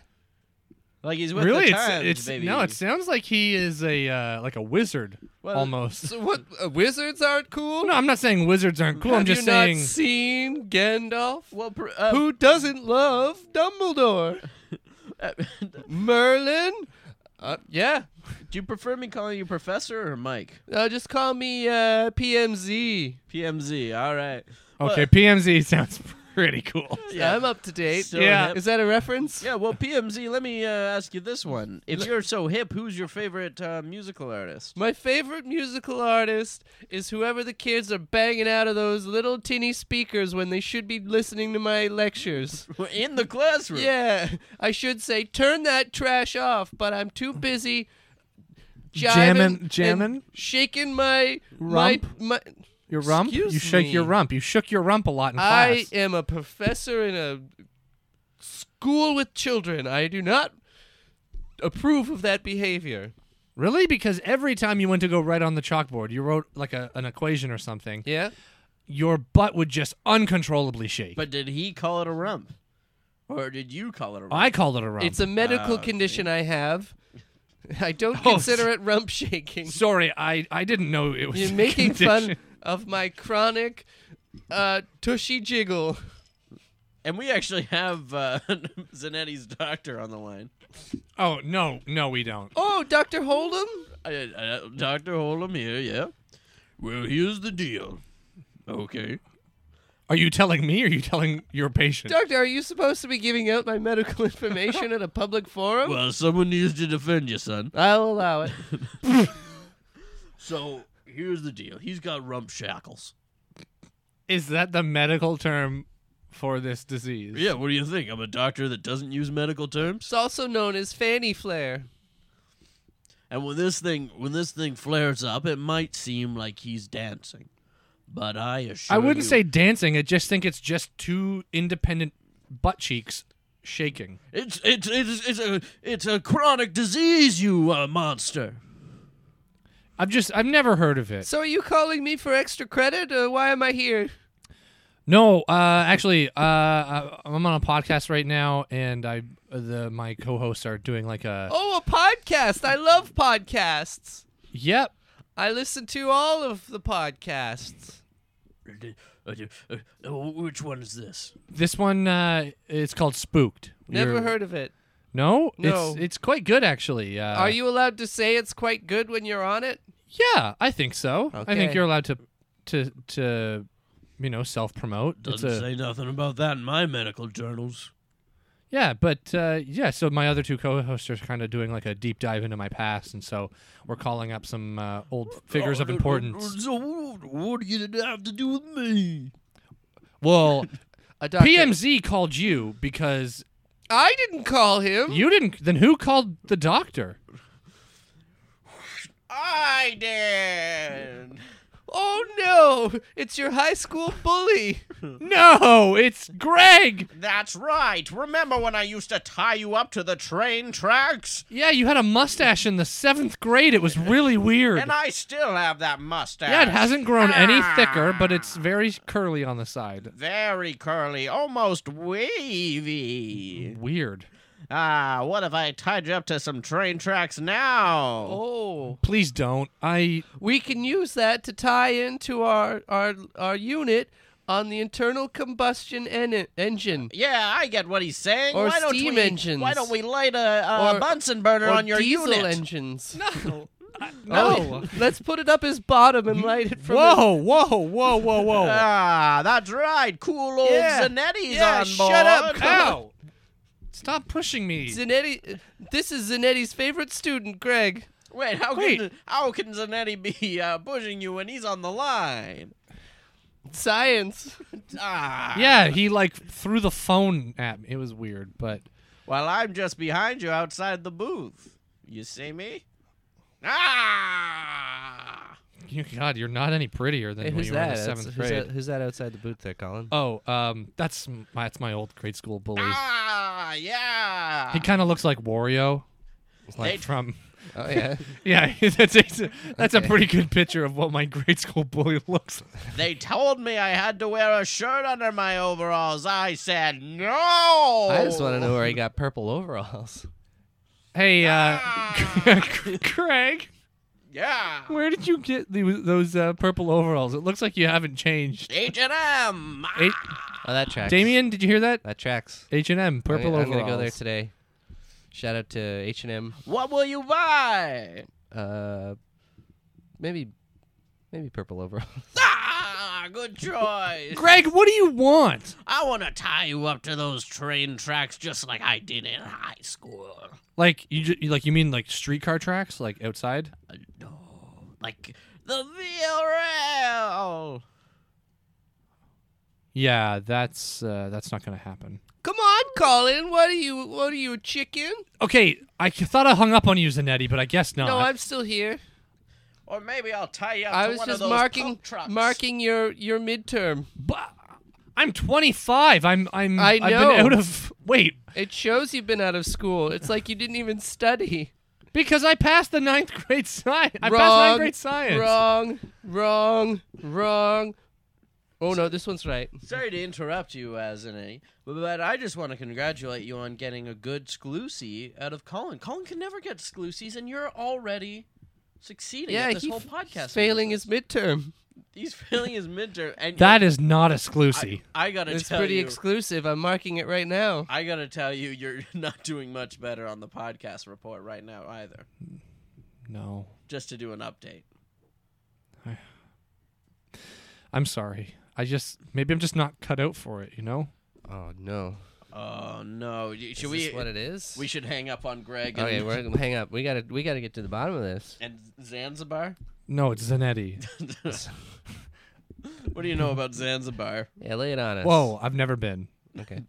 S3: Like he's with
S2: really. it's
S3: the times,
S2: it's
S3: baby.
S2: no. It sounds like he is a uh, like a wizard almost.
S1: So what? Uh, wizards aren't cool.
S2: No, I'm not saying wizards aren't cool.
S1: Have
S2: I'm just
S1: you
S2: saying.
S1: not seen Gandalf?
S3: Well, pr- uh,
S1: Who doesn't love Dumbledore? Merlin? Uh, yeah.
S3: do you prefer me calling you Professor or Mike?
S1: Uh, just call me uh, PMZ.
S3: PMZ. All right.
S2: okay, PMZ sounds pretty cool.
S3: Yeah.
S1: I'm up to date.
S3: So
S2: Yeah.
S3: hip.
S1: Is that a reference?
S3: Yeah, well, PMZ, let me uh, ask you this one. If you're so hip, who's your favorite uh, musical artist?
S1: My favorite musical artist is whoever the kids are banging out of those little tinny speakers when they should be listening to my lectures.
S3: We're in the classroom.
S1: yeah, I should say, turn that trash off, but I'm too busy jiving
S2: Jamming-
S1: and
S2: jamming?
S1: shaking my my-
S2: Rump?
S1: my.
S2: Your rump.
S1: Excuse
S2: you shake your
S1: me.
S2: rump. You shook your rump a lot in
S1: I
S2: class.
S1: am a professor in a school with children. I do not approve of that behavior.
S2: Really? Because every time you went to go write on the chalkboard, you wrote like a, an equation or something,
S1: Yeah.
S2: your butt would just uncontrollably shake.
S3: But did he call it a rump? Or did you call it a rump?
S2: I called it a rump.
S1: It's a medical condition I have. I don't
S2: Oh,
S1: consider it rump shaking.
S2: Sorry, I, I didn't know it was.
S1: You're
S2: a
S1: making fun
S2: condition.
S1: of my chronic uh, tushy jiggle.
S3: and we actually have uh, Zanetti's doctor on the line.
S2: Oh no, no, we don't.
S1: Oh, Dr. Holdem?
S3: Uh, uh, Dr. Holm here, yeah. Well, here's the deal. Okay.
S2: Are you telling me? Or are you telling your patient?
S1: Doctor, are you supposed to be giving out my medical information at a public forum?
S3: Well, someone needs to defend you, son.
S1: I'll allow it.
S3: So here's the deal. He's got rump shackles.
S2: Is that the medical term for this disease?
S3: Yeah, what do you think? I'm a doctor that doesn't use medical terms.
S1: It's also known as fanny flare.
S3: And when this thing when this thing flares up, it might seem like he's dancing. But I assure
S2: I wouldn't
S3: you,
S2: say dancing. I just think it's just two independent butt cheeks shaking.
S3: it's it's it's it's a it's a chronic disease, you uh, monster.
S2: I've just I've never heard of it.
S1: So are you calling me for extra credit? Or why am I here?
S2: No, uh, actually, uh, I- I'm on a podcast right now, and I the my co-hosts are doing like a
S1: Oh, a podcast. I love podcasts.
S2: yep.
S1: I listen to all of the podcasts.
S3: Uh, Which one is this?
S2: This one uh, it's called Spooked.
S1: Never
S2: You're-
S1: heard of it.
S2: No,
S1: No.
S2: It's, it's quite good actually. Uh,
S1: Are you allowed to say it's quite good when you're on it?
S2: Yeah, I think so. I think
S1: Okay.
S2: you're allowed to to to you know self promote.
S3: Doesn't say nothing about that in my medical journals.
S2: Yeah, but uh, yeah, so my other two co-hosts are kind of doing like a deep dive into my past, and so we're calling up some uh, old figures
S4: Oh,
S2: of
S3: Uh, uh, uh,
S2: importance.
S3: So what- what do you have to do with me?
S2: Well,
S1: A doctor.
S2: PMZ called you because
S1: I didn't call him.
S2: You didn't. Then who called the doctor?
S3: I did.
S1: Oh no! It's your high school bully.
S2: No, it's Greg.
S3: That's right. Remember when I used to tie you up to the train tracks?
S2: Yeah, you had a mustache in the seventh grade. It was really weird.
S3: And I still have that mustache.
S2: yeah, it hasn't grown any
S1: Ah.
S2: thicker, but it's very curly on the side.
S3: Very curly, almost wavy.
S2: Weird.
S3: Ah, what if I tied you up to some train tracks now?
S1: Oh,
S2: Please don't. I
S1: we can use that to tie into our our our unit on the internal combustion en- engine.
S3: Yeah, I get what he's saying.
S1: Or
S3: why don't
S1: steam
S3: we,
S1: engines.
S3: Why don't we light a, a
S1: Or-
S3: Bunsen burner
S1: or
S3: on your
S1: diesel
S3: unit?
S1: engines.
S2: no.
S1: Oh, let's put it up his bottom and light it from. his-
S2: Whoa, whoa, whoa, whoa, whoa.
S3: Ah, that's right. Cool old
S2: Yeah.
S3: Zanetti's
S2: Yeah,
S3: on board.
S2: shut up.
S1: Oh.
S2: Ow. Stop pushing me.
S1: Zanetti, this is Zanetti's favorite student, Greg.
S3: Wait, how
S2: Wait.
S3: can how can Zanetti be uh, pushing you when he's on the line?
S1: Science.
S3: Ah.
S2: Yeah, he like threw the phone at me. It was weird, but
S3: Well, I'm just behind you outside the booth. You see me? Ah.
S2: you, God, you're not any prettier than
S1: Hey,
S2: when
S1: who's
S2: you were in
S1: that?
S2: the
S1: That's-
S2: seventh
S1: Who's
S2: grade.
S1: that? Who's that outside the booth there, Colin?
S2: Oh, um, that's m- my that's my old grade school bully.
S3: Ah. Yeah.
S2: He kind of looks like Wario, like
S3: They-
S2: from.
S1: Oh yeah.
S2: Yeah, that's it's a, that's a
S1: Okay.
S2: pretty good picture of what my grade school bully looks like.
S3: They told me I had to wear a shirt under my overalls. I said no.
S1: I just want to know where he got purple overalls.
S2: Hey, uh,
S1: Ah!
S2: Craig,
S3: Yeah.
S2: where did you get the, those uh, purple overalls? It looks like you haven't changed.
S3: H and M.
S2: Eight,
S1: Oh, that tracks.
S2: Damien, did you hear that?
S1: That tracks.
S2: H and M purple
S1: Oh, I'm,
S2: overalls.
S1: I'm gonna go there today. Shout out to H and M.
S3: What will you buy?
S1: Uh, maybe, maybe purple overalls.
S3: Ah, good choice.
S2: Greg, what do you want?
S3: I want to tie you up to those train tracks just like I did in high school.
S2: Like you, ju- you like you mean like streetcar tracks, like outside?
S3: Uh, no, like the VRL.
S2: Yeah, that's uh, that's not gonna happen.
S1: Come on, Colin. What are you? What are you, a chicken?
S2: Okay, I c- thought I hung up on you, Zanetti, but I guess not.
S1: No, I'm still here.
S3: Or maybe I'll tie you up
S1: I
S3: Oh, to
S1: was
S3: one
S1: just
S3: of those
S1: marking
S3: pump trucks.
S1: marking your your midterm.
S2: Bu- I'm 25. I'm I'm
S1: I
S2: have
S1: know.
S2: been out of wait
S1: It shows you've been out of school. It's like you didn't even study.
S2: because I passed the ninth grade science. I passed
S1: wrong,
S2: ninth grade science.
S1: Wrong, wrong, wrong. Oh no, this one's right.
S3: Sorry to interrupt you, uh, Zinni, but I just want to congratulate you on getting a good Sclusy out of Colin. Colin can never get Sclusies, and you're already succeeding
S1: Yeah,
S3: at this
S1: he
S3: whole
S1: f-
S3: podcast.
S1: Failing his
S3: business.
S1: midterm.
S3: He's failing his midterm. And
S2: That is not exclusive.
S3: I gotta
S1: It's
S3: tell
S1: pretty
S3: you,
S1: exclusive. I'm marking it right now.
S3: I gotta tell you, you're not doing much better on the podcast report right now either.
S2: No,
S3: Just to do an update.
S2: I'm sorry. I just maybe I'm just not cut out for it. You know.
S1: Oh no.
S3: Oh no! Y- Should
S1: Is
S3: we?
S1: this what it is?
S3: We should hang up on Greg. And,
S1: Okay, we're gonna hang up. We gotta we gotta get to the bottom of this.
S3: and Zanzibar.
S2: No, it's Zanetti.
S3: What do you know about Zanzibar?
S1: Yeah, lay it on us.
S2: Whoa, I've never been.
S1: Okay.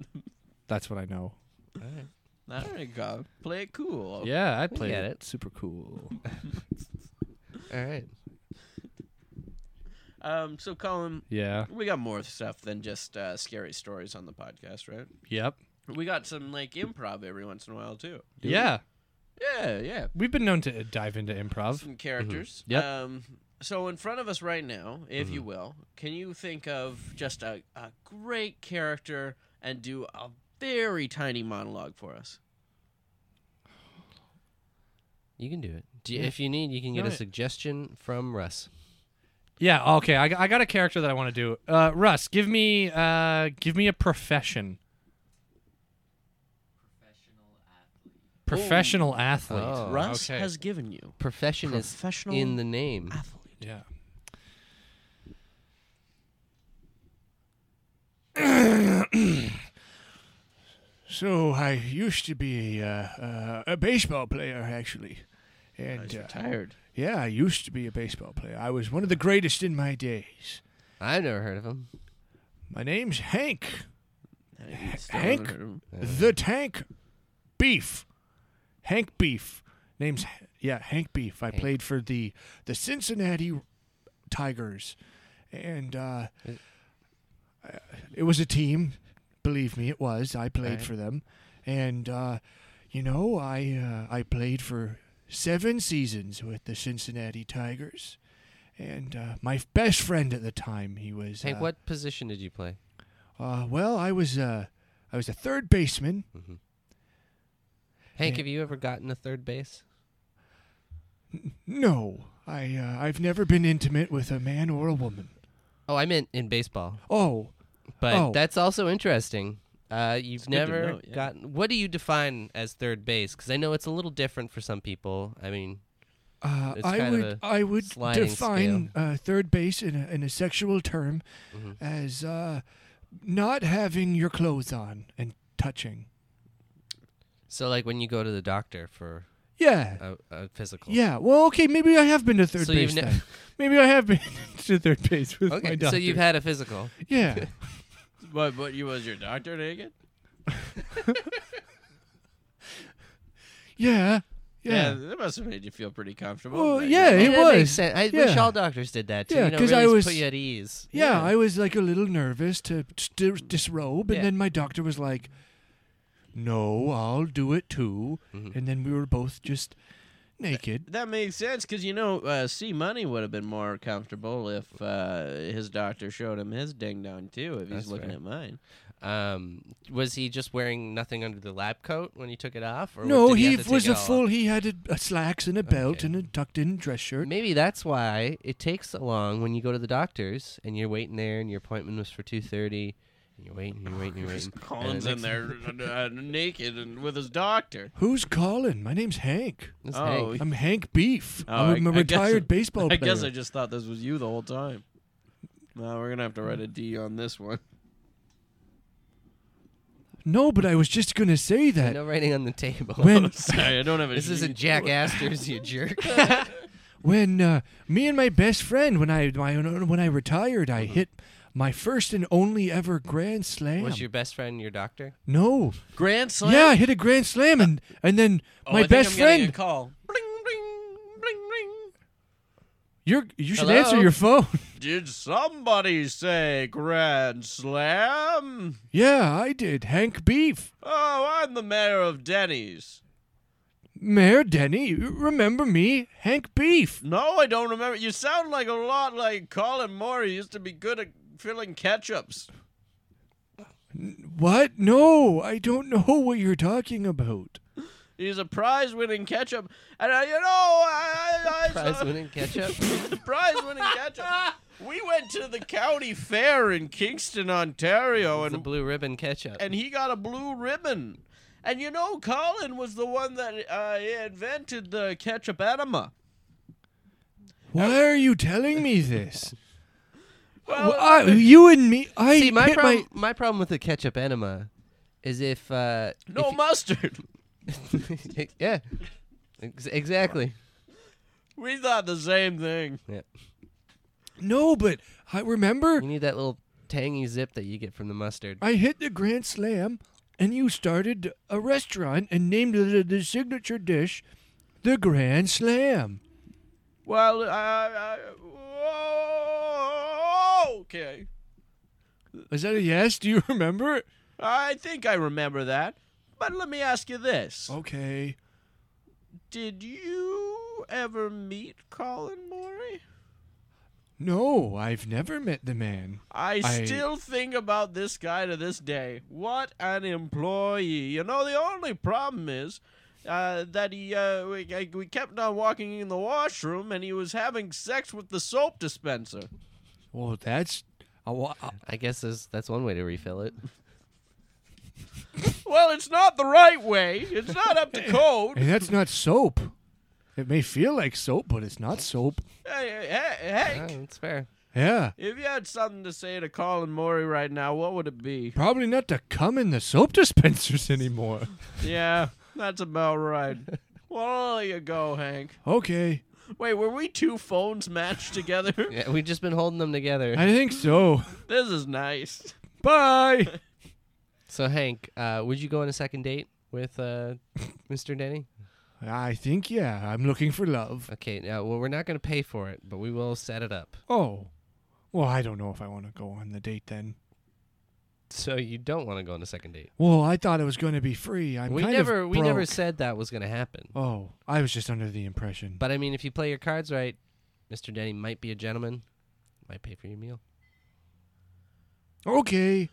S2: That's what I know.
S3: All right, Colin, play it cool.
S2: Yeah, I played
S1: get
S2: it.
S1: it.
S2: Super cool.
S1: All right.
S3: Um. So, Colin,
S2: Yeah.
S3: we got more stuff than just uh, scary stories on the podcast, right?
S2: Yep.
S3: We got some like improv every once in a while too.
S2: yeah.
S3: Yeah, yeah.
S2: We've been known to dive into improv.
S3: Some characters.
S2: Yep.
S3: Um. So, in front of us right now, if you will, can you think of just a, a great character and do a very tiny monologue for us?
S1: You can do it. Do you, if you need, you can get
S2: No,
S1: a
S2: I-
S1: suggestion from Russ.
S2: Yeah. Okay. I, got- I got a character that I want to do. Uh, Russ, give me uh, give me a profession. Professional athlete.
S1: Oh,
S3: Russ
S2: okay.
S3: has given you
S1: Profession is
S3: professional
S1: in the name.
S3: athlete.
S2: Yeah.
S6: So I used to be a, uh, uh, a baseball player, actually, and uh,
S3: Tired.
S6: yeah, I used to be a baseball player. I was one of the greatest in my days.
S1: I've never heard of him.
S6: My name's Hank,
S3: I still haven't
S6: Hank,
S3: heard of him.
S6: the Tank, Beef, Hank Beef. Name's yeah, Hank Beef. I played for the the Cincinnati
S2: Tigers, and uh, I- it was a team. Believe me, it was. I played for them, and uh, you know, I uh, I played for seven seasons with the Cincinnati Tigers, and uh, my f- best friend at the time he was
S1: Hank,
S2: uh,
S1: what position did you play?
S2: Uh, well, I was uh, I was a third baseman.
S1: Hank,
S2: Yeah.
S1: Mm-hmm. have you ever gotten a third base?
S2: No, I uh, I've never been intimate with a man or a woman.
S1: Oh, I meant in baseball.
S2: Oh,
S1: But
S2: Oh.
S1: that's also interesting. Uh, you've
S4: good to
S1: never
S4: know, yeah.
S1: gotten. What do you define as third base? Because I know it's a little different for some people. I mean,
S2: Uh,
S1: It's
S2: I
S1: kind of
S2: would
S1: a
S2: I would
S1: sliding
S2: define uh, third base in a, in a sexual term
S1: Mm-hmm.
S2: as uh, not having your clothes on and touching.
S1: so like when you go to the doctor for
S2: Yeah,
S1: a, a physical.
S2: yeah. Well, okay, maybe I have been to third
S1: So you've
S2: base.
S1: ne-
S2: then. Maybe I have been to third base with my
S1: Okay, so
S2: doctor.
S1: you've had a physical.
S2: yeah.
S4: What? What? You was your doctor naked?
S2: yeah, yeah,
S4: that must have made you feel pretty comfortable.
S2: Well,
S4: right?
S2: yeah, it
S1: Yeah, that makes
S2: was.
S1: sense. I wish
S2: Yeah.
S1: all doctors did that too.
S2: Yeah,
S1: you know,
S2: 'cause I
S1: really
S2: was-
S1: put you at ease.
S2: Yeah, I was like a little nervous to d- disrobe, and
S1: Yeah.
S2: then my doctor was like, "No, I'll do it too."
S1: Mm-hmm.
S2: And then we were both just naked.
S4: That makes sense because you know, uh, C Money would have been more comfortable if uh, his doctor showed him his ding dong too. If he's
S1: That's
S4: looking
S1: fair.
S4: at mine,
S1: Um, was he just wearing nothing under the lab coat when he took it off? Or
S2: No,
S1: did he,
S2: he,
S1: have to take
S2: was
S1: it
S2: a
S1: all off?
S2: full. He had a, a slacks and a belt
S1: Okay.
S2: and a tucked-in dress shirt.
S1: Maybe that's why it takes so long when you go to the doctors and you're waiting there and your appointment was for two thirty and you're waiting, you're waiting, you're waiting.
S2: Oh,
S1: and
S4: Colin's
S1: the
S4: in
S1: next-
S4: there uh, naked and with his doctor.
S2: Who's calling? My name's Hank.
S1: It's
S4: Oh,
S1: Hank.
S4: he-
S2: I'm Hank Beef.
S4: Oh,
S2: I'm
S4: I-
S2: a
S4: I guess-
S2: retired baseball
S4: I
S2: player.
S4: guess I just thought this was you the whole time. No, we're gonna have to write a D on this one.
S2: no, but I was just gonna say
S1: There's
S2: that
S1: no writing on the table.
S2: when
S4: Sorry, I don't have a.
S1: this
S4: D.
S1: isn't Jack Astor's, you jerk.
S2: when uh, me and my best friend when I my, when I retired,
S1: Mm-hmm.
S2: I hit my first and only ever grand slam.
S1: was your best friend your doctor?
S2: no?
S4: Grand Slam.
S2: Yeah, I hit a grand slam and and then
S4: Oh, I
S2: my
S4: think
S2: best
S4: I'm getting
S2: friend.
S4: A call. Bling bling bling bling.
S2: You're you should
S4: Hello?
S2: answer your phone.
S4: Did somebody say Grand Slam?
S2: yeah, I did. Hank Beef.
S4: Oh, I'm the mayor of Denny's.
S2: Mayor Denny, remember me, Hank Beef.
S4: No, I don't remember. You sound like a lot like Colin Moore. He used to be good at filling ketchups.
S2: What? No, I don't know what you're talking about.
S4: He's a prize-winning ketchup, and I, you know, I, I, I
S1: Prize winning ketchup.
S4: prize-winning ketchup. We went to the county fair in Kingston, Ontario,
S1: the
S4: and
S1: blue ribbon ketchup.
S4: and he got a blue ribbon. And you know, Colin was the one that uh, invented the ketchup enema. Uh,
S2: Why are you telling me this?
S4: Well, uh,
S2: Well, I- you and me, I
S1: See, my
S2: hit
S1: problem, my problem with the ketchup enema is if uh,
S4: no mustard.
S1: if, yeah, Ex- exactly.
S4: We thought the same thing.
S1: Yeah.
S2: no, but I remember
S1: You need that little tangy zip that you get from the mustard.
S2: I hit the grand slam, and you started a restaurant and named the, the signature dish, the grand slam.
S4: Well, I, I, okay.
S2: Was that a yes? Do you remember? it?
S4: I think I remember that. But let me ask you
S2: Oh.
S4: this:
S2: Okay.
S4: Did you ever meet Colin Morey?
S2: No, I've never met the man.
S4: I,
S2: I-
S4: still think about this guy to this day. What an employee! You know, the only problem is uh, that he uh, we, I- we kept on walking in the washroom, and he was having sex with the soap dispenser.
S2: Well, that's. I wa- I-
S1: I guess that's, that's one way to refill it.
S4: Well, it's not the right way. It's not up to code.
S2: And that's not soap. It may feel like soap, but it's not soap.
S4: Hey, hey, hey,
S1: Oh,
S4: Hank,
S1: that's fair.
S2: Yeah.
S4: if you had something to say to Colin Morey right now, what would it be?
S2: Probably not to come in the soap dispensers anymore.
S4: Yeah, that's about right. Well, there you go, Hank.
S2: Okay.
S4: Wait, were we two phones matched together?
S1: Yeah, we've just been holding them together.
S2: I think so.
S4: This is nice.
S2: Bye.
S1: so Hank, uh, would you go on a second date with uh, Mr. Denny?
S6: I think yeah, I'm looking for love.
S1: Okay, now well, we're not going to pay for it, but we will set it up.
S6: Oh. Well, I don't know if I want to go on the date then.
S1: So you don't want to go on a second date.
S6: Well, I thought it was going to be free. I'm
S1: we
S6: kind
S1: never
S6: of
S1: we never
S6: broke.
S1: said that was going to happen.
S6: Oh, I was just under the impression.
S1: But I mean, if you play your cards right, Mr. Denny might be a gentleman. Might pay for your meal.
S6: okay.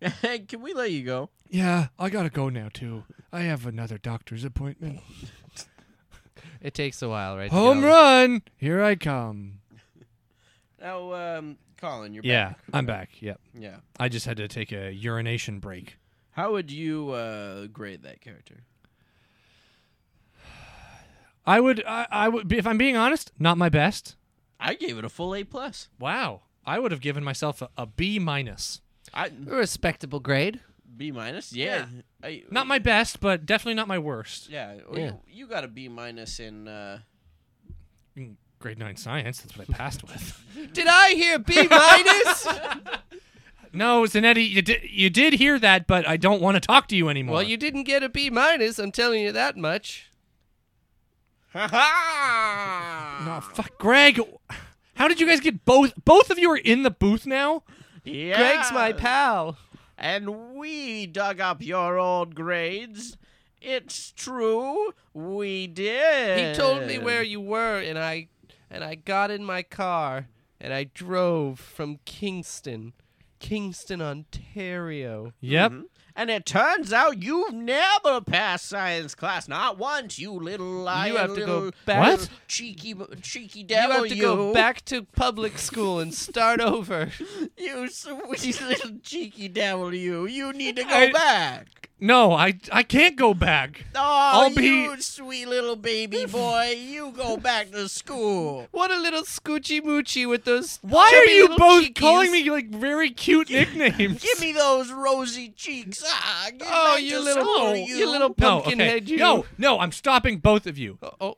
S3: Can we let you go?
S6: Yeah, I gotta go now too. I have another doctor's appointment.
S1: It takes a while, right? to get
S6: Home
S1: all
S6: run! Here I come.
S3: Now, um, Colin, you're
S2: Yeah,
S3: back.
S2: I'm back. Yep.
S3: Yeah.
S2: I just had to take a urination break.
S3: How would you uh, grade that character?
S2: I would, I, I would, be- if I'm being honest, not my best.
S3: I gave it a full A plus.
S2: Wow, I would have given myself a, a B minus.
S3: I
S1: the- A respectable grade.
S3: B minus. Yeah. I,
S2: Not my best, but definitely not my worst.
S3: Yeah. well,
S1: Yeah.
S3: You, you got a B minus in. Uh,
S2: Mm, Grade nine science. That's what I passed with.
S1: Did I hear B minus?
S2: No, Zanetti, you did, you did hear that, but I don't want to talk to you anymore.
S1: well, you didn't get a B minus. I'm telling you that much.
S2: Aw, fuck, Greg. How did you guys get both? Both of you are in the booth now.
S3: yeah.
S1: Greg's my pal.
S3: And we dug up your old grades. It's true. We did.
S1: He told me where you were, and I and I got in my car and I drove from Kingston, Kingston, Ontario.
S2: Yep.
S3: Mm-hmm. And it turns out you've never passed science class. Not once, you little liar.
S1: have to go
S3: little
S1: back-
S2: What?
S3: Cheeky, cheeky
S1: you
S3: devil,
S1: have to go back to public school and start over.
S3: You sweet little cheeky devil, you. You need to go
S2: I-
S3: back.
S2: No, I I can't go back.
S3: Oh,
S2: I'll be-
S3: you sweet little baby boy. You go back to school.
S1: What a little scoochy moochie with those.
S2: Why are
S1: chubby
S2: you
S1: little
S2: both
S1: cheekies.
S2: calling me like very cute nicknames?
S3: Give me those rosy cheeks. Ah, get
S1: Oh,
S3: back
S1: you
S3: to
S1: little,
S3: school,
S1: you.
S3: you.
S1: little
S2: No,
S1: pumpkin
S2: okay.
S1: head, you.
S2: No, no, I'm stopping both of you.
S1: Oh, oh,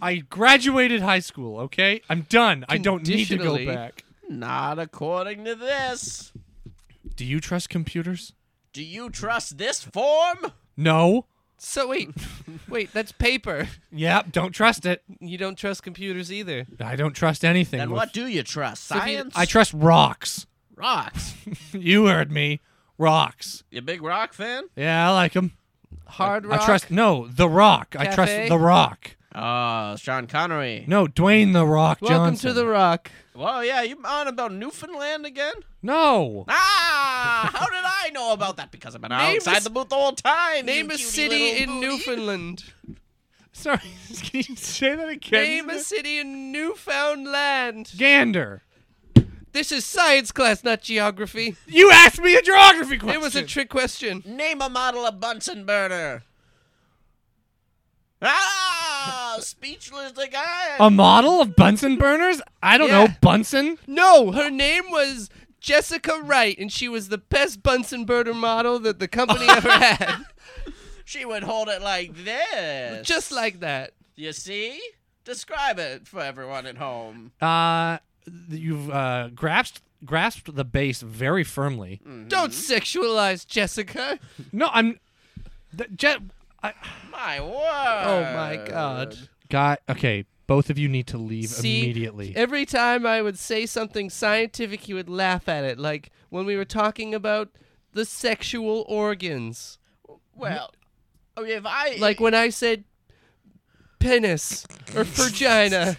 S2: I graduated high school, okay? I'm done. I don't need to go
S1: Conditionally.
S2: back.
S3: Not according to this.
S2: Do you trust computers?
S3: Do you trust this form?
S2: No.
S1: so wait, wait, that's paper.
S2: Yep, don't trust it.
S1: You don't trust computers either.
S2: I don't trust anything.
S3: Then
S2: with-
S3: what do you trust?
S1: if you-
S3: Science?
S2: I trust rocks.
S3: Rocks.
S2: you heard me. Rocks.
S3: You a big rock fan?
S2: Yeah, I like them.
S1: Hard rock.
S2: I trust no, The Rock. I
S1: Cafe?
S2: trust The Rock.
S3: Oh, Sean Connery.
S2: No, Dwayne The Rock
S1: Welcome
S2: Johnson.
S1: to the rock.
S3: Well, yeah, you on about Newfoundland again?
S2: No.
S3: Ah, how did I know about that? Because I've been
S1: Name
S3: outside
S1: a
S3: the booth the whole time.
S1: Name
S3: you
S1: a
S3: cutie
S1: city
S3: little
S1: in
S3: booty.
S1: Newfoundland.
S2: Sorry. Can you say that again?
S1: Name a city in Newfoundland.
S2: Gander.
S1: This is science class, not geography.
S2: You asked me a geography question.
S1: It was a trick question.
S3: Name a model of Bunsen burner. Ah, speechless again.
S2: A model of Bunsen burners? I don't
S1: Yeah.
S2: know. Bunsen?
S1: No, her name was Jessica Wright, and she was the best Bunsen burner model that the company ever had.
S3: she would hold it like this.
S1: Just like that.
S3: you see. Describe it for everyone at home.
S2: Uh, th- you've uh, grasped grasped the base very firmly.
S3: Mm-hmm.
S1: Don't sexualize Jessica.
S2: No, I'm. The, Je- I
S3: My word.
S1: Oh
S3: Uh,
S1: my god.
S2: got okay. Both of you need to leave
S1: See,
S2: immediately.
S1: Every time I would say something scientific, he would laugh at it. Like when we were talking about the sexual organs.
S3: Well, oh, if I
S1: Like when I said penis or vagina.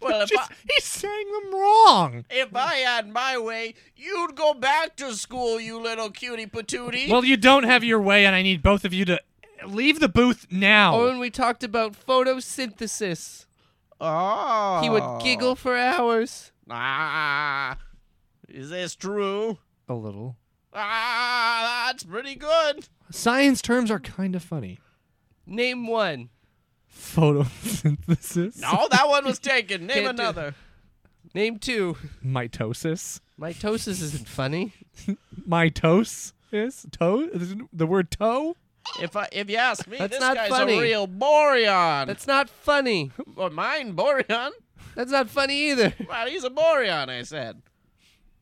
S3: well, if I,
S2: Just- he's saying them wrong.
S3: If I had my way, you'd go back to school, you little cutie patootie.
S2: Well, you don't have your way, and I need both of you to leave the booth now.
S1: Or when we talked about photosynthesis.
S3: oh.
S1: He would giggle for hours.
S3: Ah. Is this true?
S2: a little.
S3: Ah, that's pretty good.
S2: Science terms are kind of funny.
S1: Name one.
S2: Photosynthesis.
S3: No, Oh, that one was taken. Name
S1: Can't do-
S3: another.
S1: Name two.
S2: Mitosis.
S1: Mitosis isn't funny.
S2: Mitose is toe. Is it The word toe.
S3: If I, if you ask me,
S1: That's
S3: this
S1: not
S3: guy's
S1: funny.
S3: a real Boreon.
S1: That's not funny.
S3: or mine Boreon.
S1: That's not funny either.
S3: Well, he's a Boreon, I said.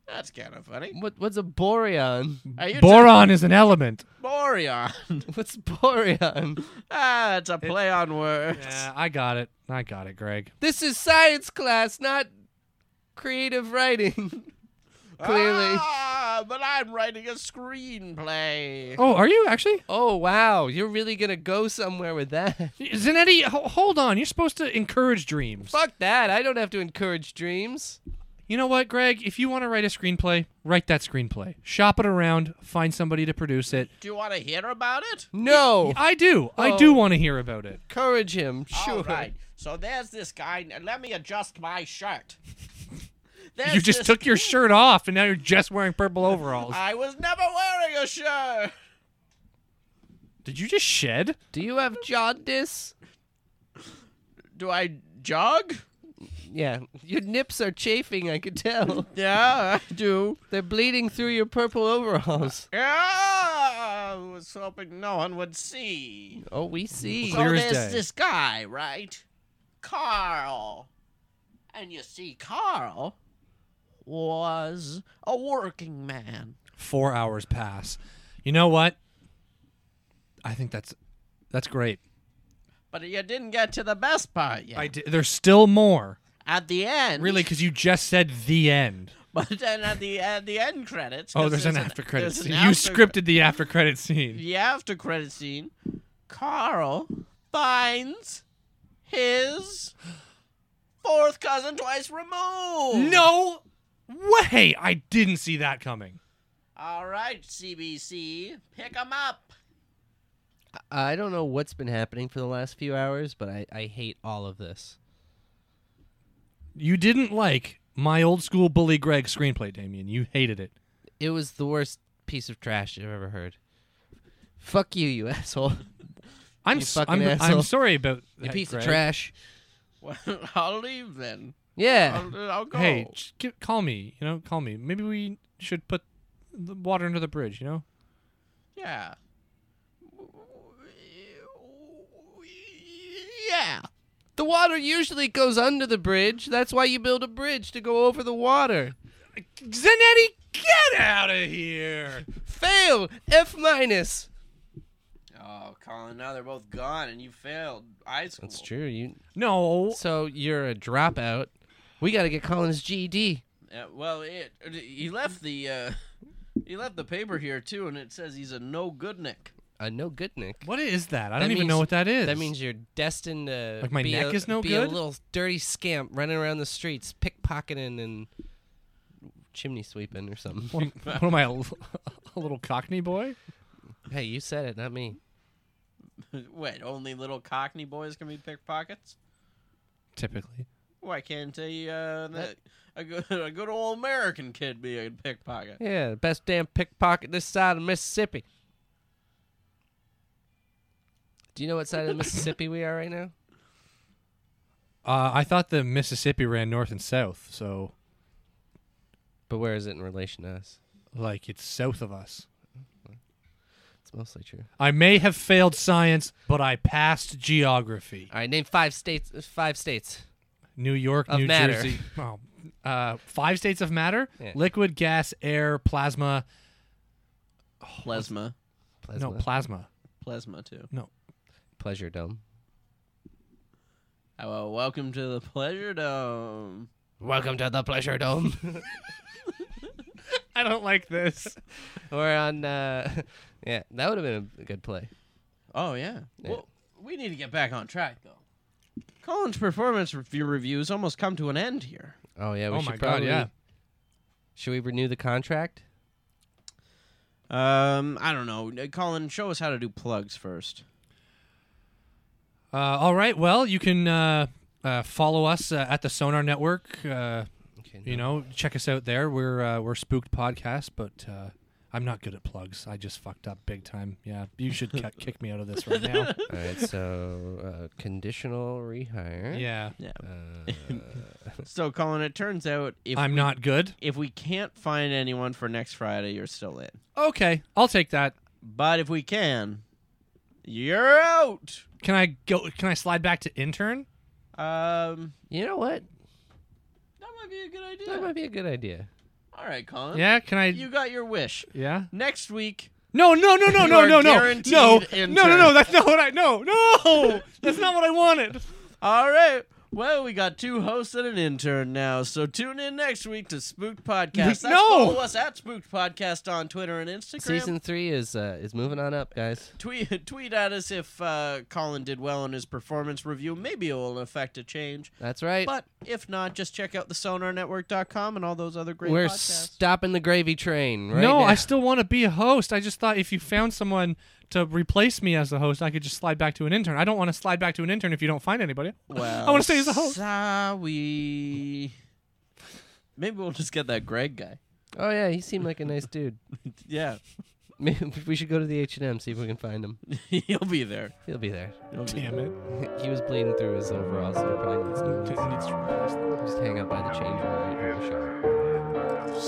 S3: That's kind of funny.
S1: What what's a boreon?
S3: Are you
S2: Boron is an element.
S3: just Boreon?
S1: What's boreon?
S3: ah, it's a play on words.
S2: Yeah, I got it. I got it, Greg.
S1: This is science class, not creative writing. Clearly.
S3: Ah, but I'm writing a screenplay.
S2: Oh, are you actually?
S1: Oh wow, you're really gonna go somewhere with that.
S2: Zanetti, ho- hold on. You're supposed to encourage dreams.
S1: Fuck that. I don't have to encourage dreams.
S2: You know what, Greg? If you want to write a screenplay, write that screenplay. Shop it around, find somebody to produce it.
S3: Do you want to hear about it?
S1: No.
S2: I do. I
S1: Oh.
S2: do want to hear about it.
S1: Encourage him. Sure.
S3: All right. So there's this guy. Now, Let me adjust my shirt. There's
S2: You just
S3: this-
S2: took your shirt off and now you're just wearing purple overalls.
S3: I was never wearing a shirt.
S2: Did you just shed?
S1: Do you have jaundice?
S3: Do I jog?
S1: Yeah. Your nips are chafing, I could tell.
S3: Yeah, I do.
S1: They're bleeding through your purple overalls.
S3: Yeah, I was hoping no one would see.
S1: Oh, we see.
S2: Clear
S3: so
S2: as
S3: there's
S2: day.
S3: this guy, right? Carl. And you see, Carl was a working man.
S2: Four hours pass. You know what? I think that's that's great.
S3: But you didn't get to the best part yet.
S2: I d- there's still more,
S3: At the end.
S2: really, because you just said the end.
S3: But then at the at the end credits.
S2: Oh,
S3: 'cause
S2: there's an
S3: there's
S2: after credit
S3: there's an
S2: scene. You
S3: after-
S2: scripted the after credit scene.
S3: The after credit scene. Carl finds his fourth cousin twice removed.
S2: No way! I didn't see that coming.
S3: All right, CBC, pick 'em up.
S1: I don't know what's been happening for the last few hours, but I, I hate all of this.
S2: You didn't like my old school bully Greg screenplay, Damien. You hated it.
S1: It was the worst piece of trash I've ever heard. Fuck you, you asshole.
S2: I'm
S1: You
S2: s-
S1: fucking
S2: I'm, I'm
S1: asshole.
S2: sorry about
S1: You
S2: that,
S1: piece of
S2: Greg.
S1: trash.
S3: Well, I'll leave then.
S1: Yeah.
S3: I'll, I'll go.
S2: Hey, just gi- call me. You know, call me. Maybe we should put the water under the bridge. You know.
S3: Yeah. Yeah.
S1: The water usually goes under the bridge. That's why you build a bridge to go over the water.
S2: Zanetti, get out of here!
S1: Fail! F minus.
S3: Oh, Colin, now they're both gone and you failed high school.
S1: That's true. You
S2: No,
S1: So you're a dropout. We got to get E Colin's GED.
S3: Uh, well, it, he left the uh, he left the paper here too, and it says he's a no good Nick.
S1: A Uh, no good Nick.
S2: what is that? I don't
S1: That
S2: even
S1: means-
S2: know what that is.
S1: That means you're destined to
S2: Like my
S1: be
S2: neck
S1: a,
S2: is no
S1: be
S2: good?
S1: a little dirty scamp running around the streets, pickpocketing and chimney sweeping or something.
S2: What, what am I, a, l- a little Cockney boy?
S1: hey, you said it, not me.
S3: Wait, only little Cockney boys can be pickpockets.
S2: Typically.
S3: Why can't a uh, that, a, good, a good old American kid be a pickpocket?
S1: Yeah, the best damn pickpocket this side of Mississippi. Do you know what side of Mississippi we are right now?
S2: Uh, I thought the Mississippi ran north and south, so
S1: But where is it in relation to us?
S2: like it's south of us.
S1: It's mostly true.
S2: I may have failed science, but I passed geography.
S1: All right, name five states. Five states.
S2: New York,
S1: Of
S2: New
S1: matter.
S2: Jersey. Oh, uh, five states of matter:
S1: Yeah.
S2: liquid, gas, air, plasma.
S3: Plasma,
S1: Plasma.
S2: No, plasma.
S3: plasma too.
S1: pleasure dome.
S3: Oh, well, welcome to the Pleasure Dome.
S1: Welcome to the pleasure dome.
S2: I don't like this.
S1: We're on. Uh, yeah, that would have been a good play.
S3: Oh yeah.
S1: Yeah.
S3: Well, we need to get back on track though. Colin's performance review reviews almost come to an end here.
S1: Oh yeah, we
S2: oh
S1: should
S2: my god!
S1: probably.
S2: Yeah.
S1: Should we renew the contract?
S3: Um, I don't know. Uh, Colin, show us how to do plugs first.
S2: Uh, all right. Well, you can uh, uh, follow us uh, at the Sonar Network. Uh,
S1: Okay.
S2: you know, check us out there. We're uh, we're Spooked Podcast, but uh, I'm not good at plugs. I just fucked up big time. Yeah, you should ki- kick me out of this right now.
S1: All right. So uh, conditional rehire.
S2: Yeah,
S1: Uh,
S3: So, Colin, it turns out if
S2: I'm
S3: we,
S2: not good.
S3: if we can't find anyone for next Friday, you're still in.
S2: Okay, I'll take that.
S3: But if we can, you're out.
S2: Can I go? Can I slide back to intern?
S3: Um,
S1: you know what?
S3: that might be a good
S1: That
S3: idea.
S1: might be a good idea.
S3: All right, Colin.
S2: Yeah, can I?
S3: You got your wish.
S2: yeah.
S3: Next week,
S2: No, no, no, no,
S3: You
S2: no,
S3: are
S2: no, no, no,
S3: guaranteed
S2: no, no,
S3: intern.
S2: no. That's not what I. No, no, that's not what I wanted.
S3: All right. Well, we got two hosts and an intern now, so tune in next week to Spooked Podcast. That's
S2: No!
S3: Follow us at Spooked Podcast on Twitter and Instagram.
S1: Season three is uh, is moving on up, guys.
S3: Tweet, tweet at us if uh, Colin did well in his performance review. Maybe it will affect a change.
S1: That's right.
S3: But if not, just check out the sonarnetwork.com and all those other great
S1: We're
S3: podcasts.
S1: stopping the gravy train right
S2: no,
S1: now.
S2: I still want to be a host. I just thought if you found someone to replace me as the host, I could just slide back to an intern. I don't want to slide back to an intern if you don't find anybody.
S3: well,
S2: I want to stay as a host.
S3: Sorry. Maybe we'll just get that Greg guy.
S1: oh yeah, he seemed like a nice dude.
S3: Yeah,
S1: Maybe we should go to the H and M see if we can find him.
S3: he'll be there.
S1: He'll be there.
S3: He'll be
S2: Damn it.
S1: he was bleeding through his overalls, so he probably needs new ones.
S2: It needs to replace them.
S1: Just hang out by the change room right from the shower.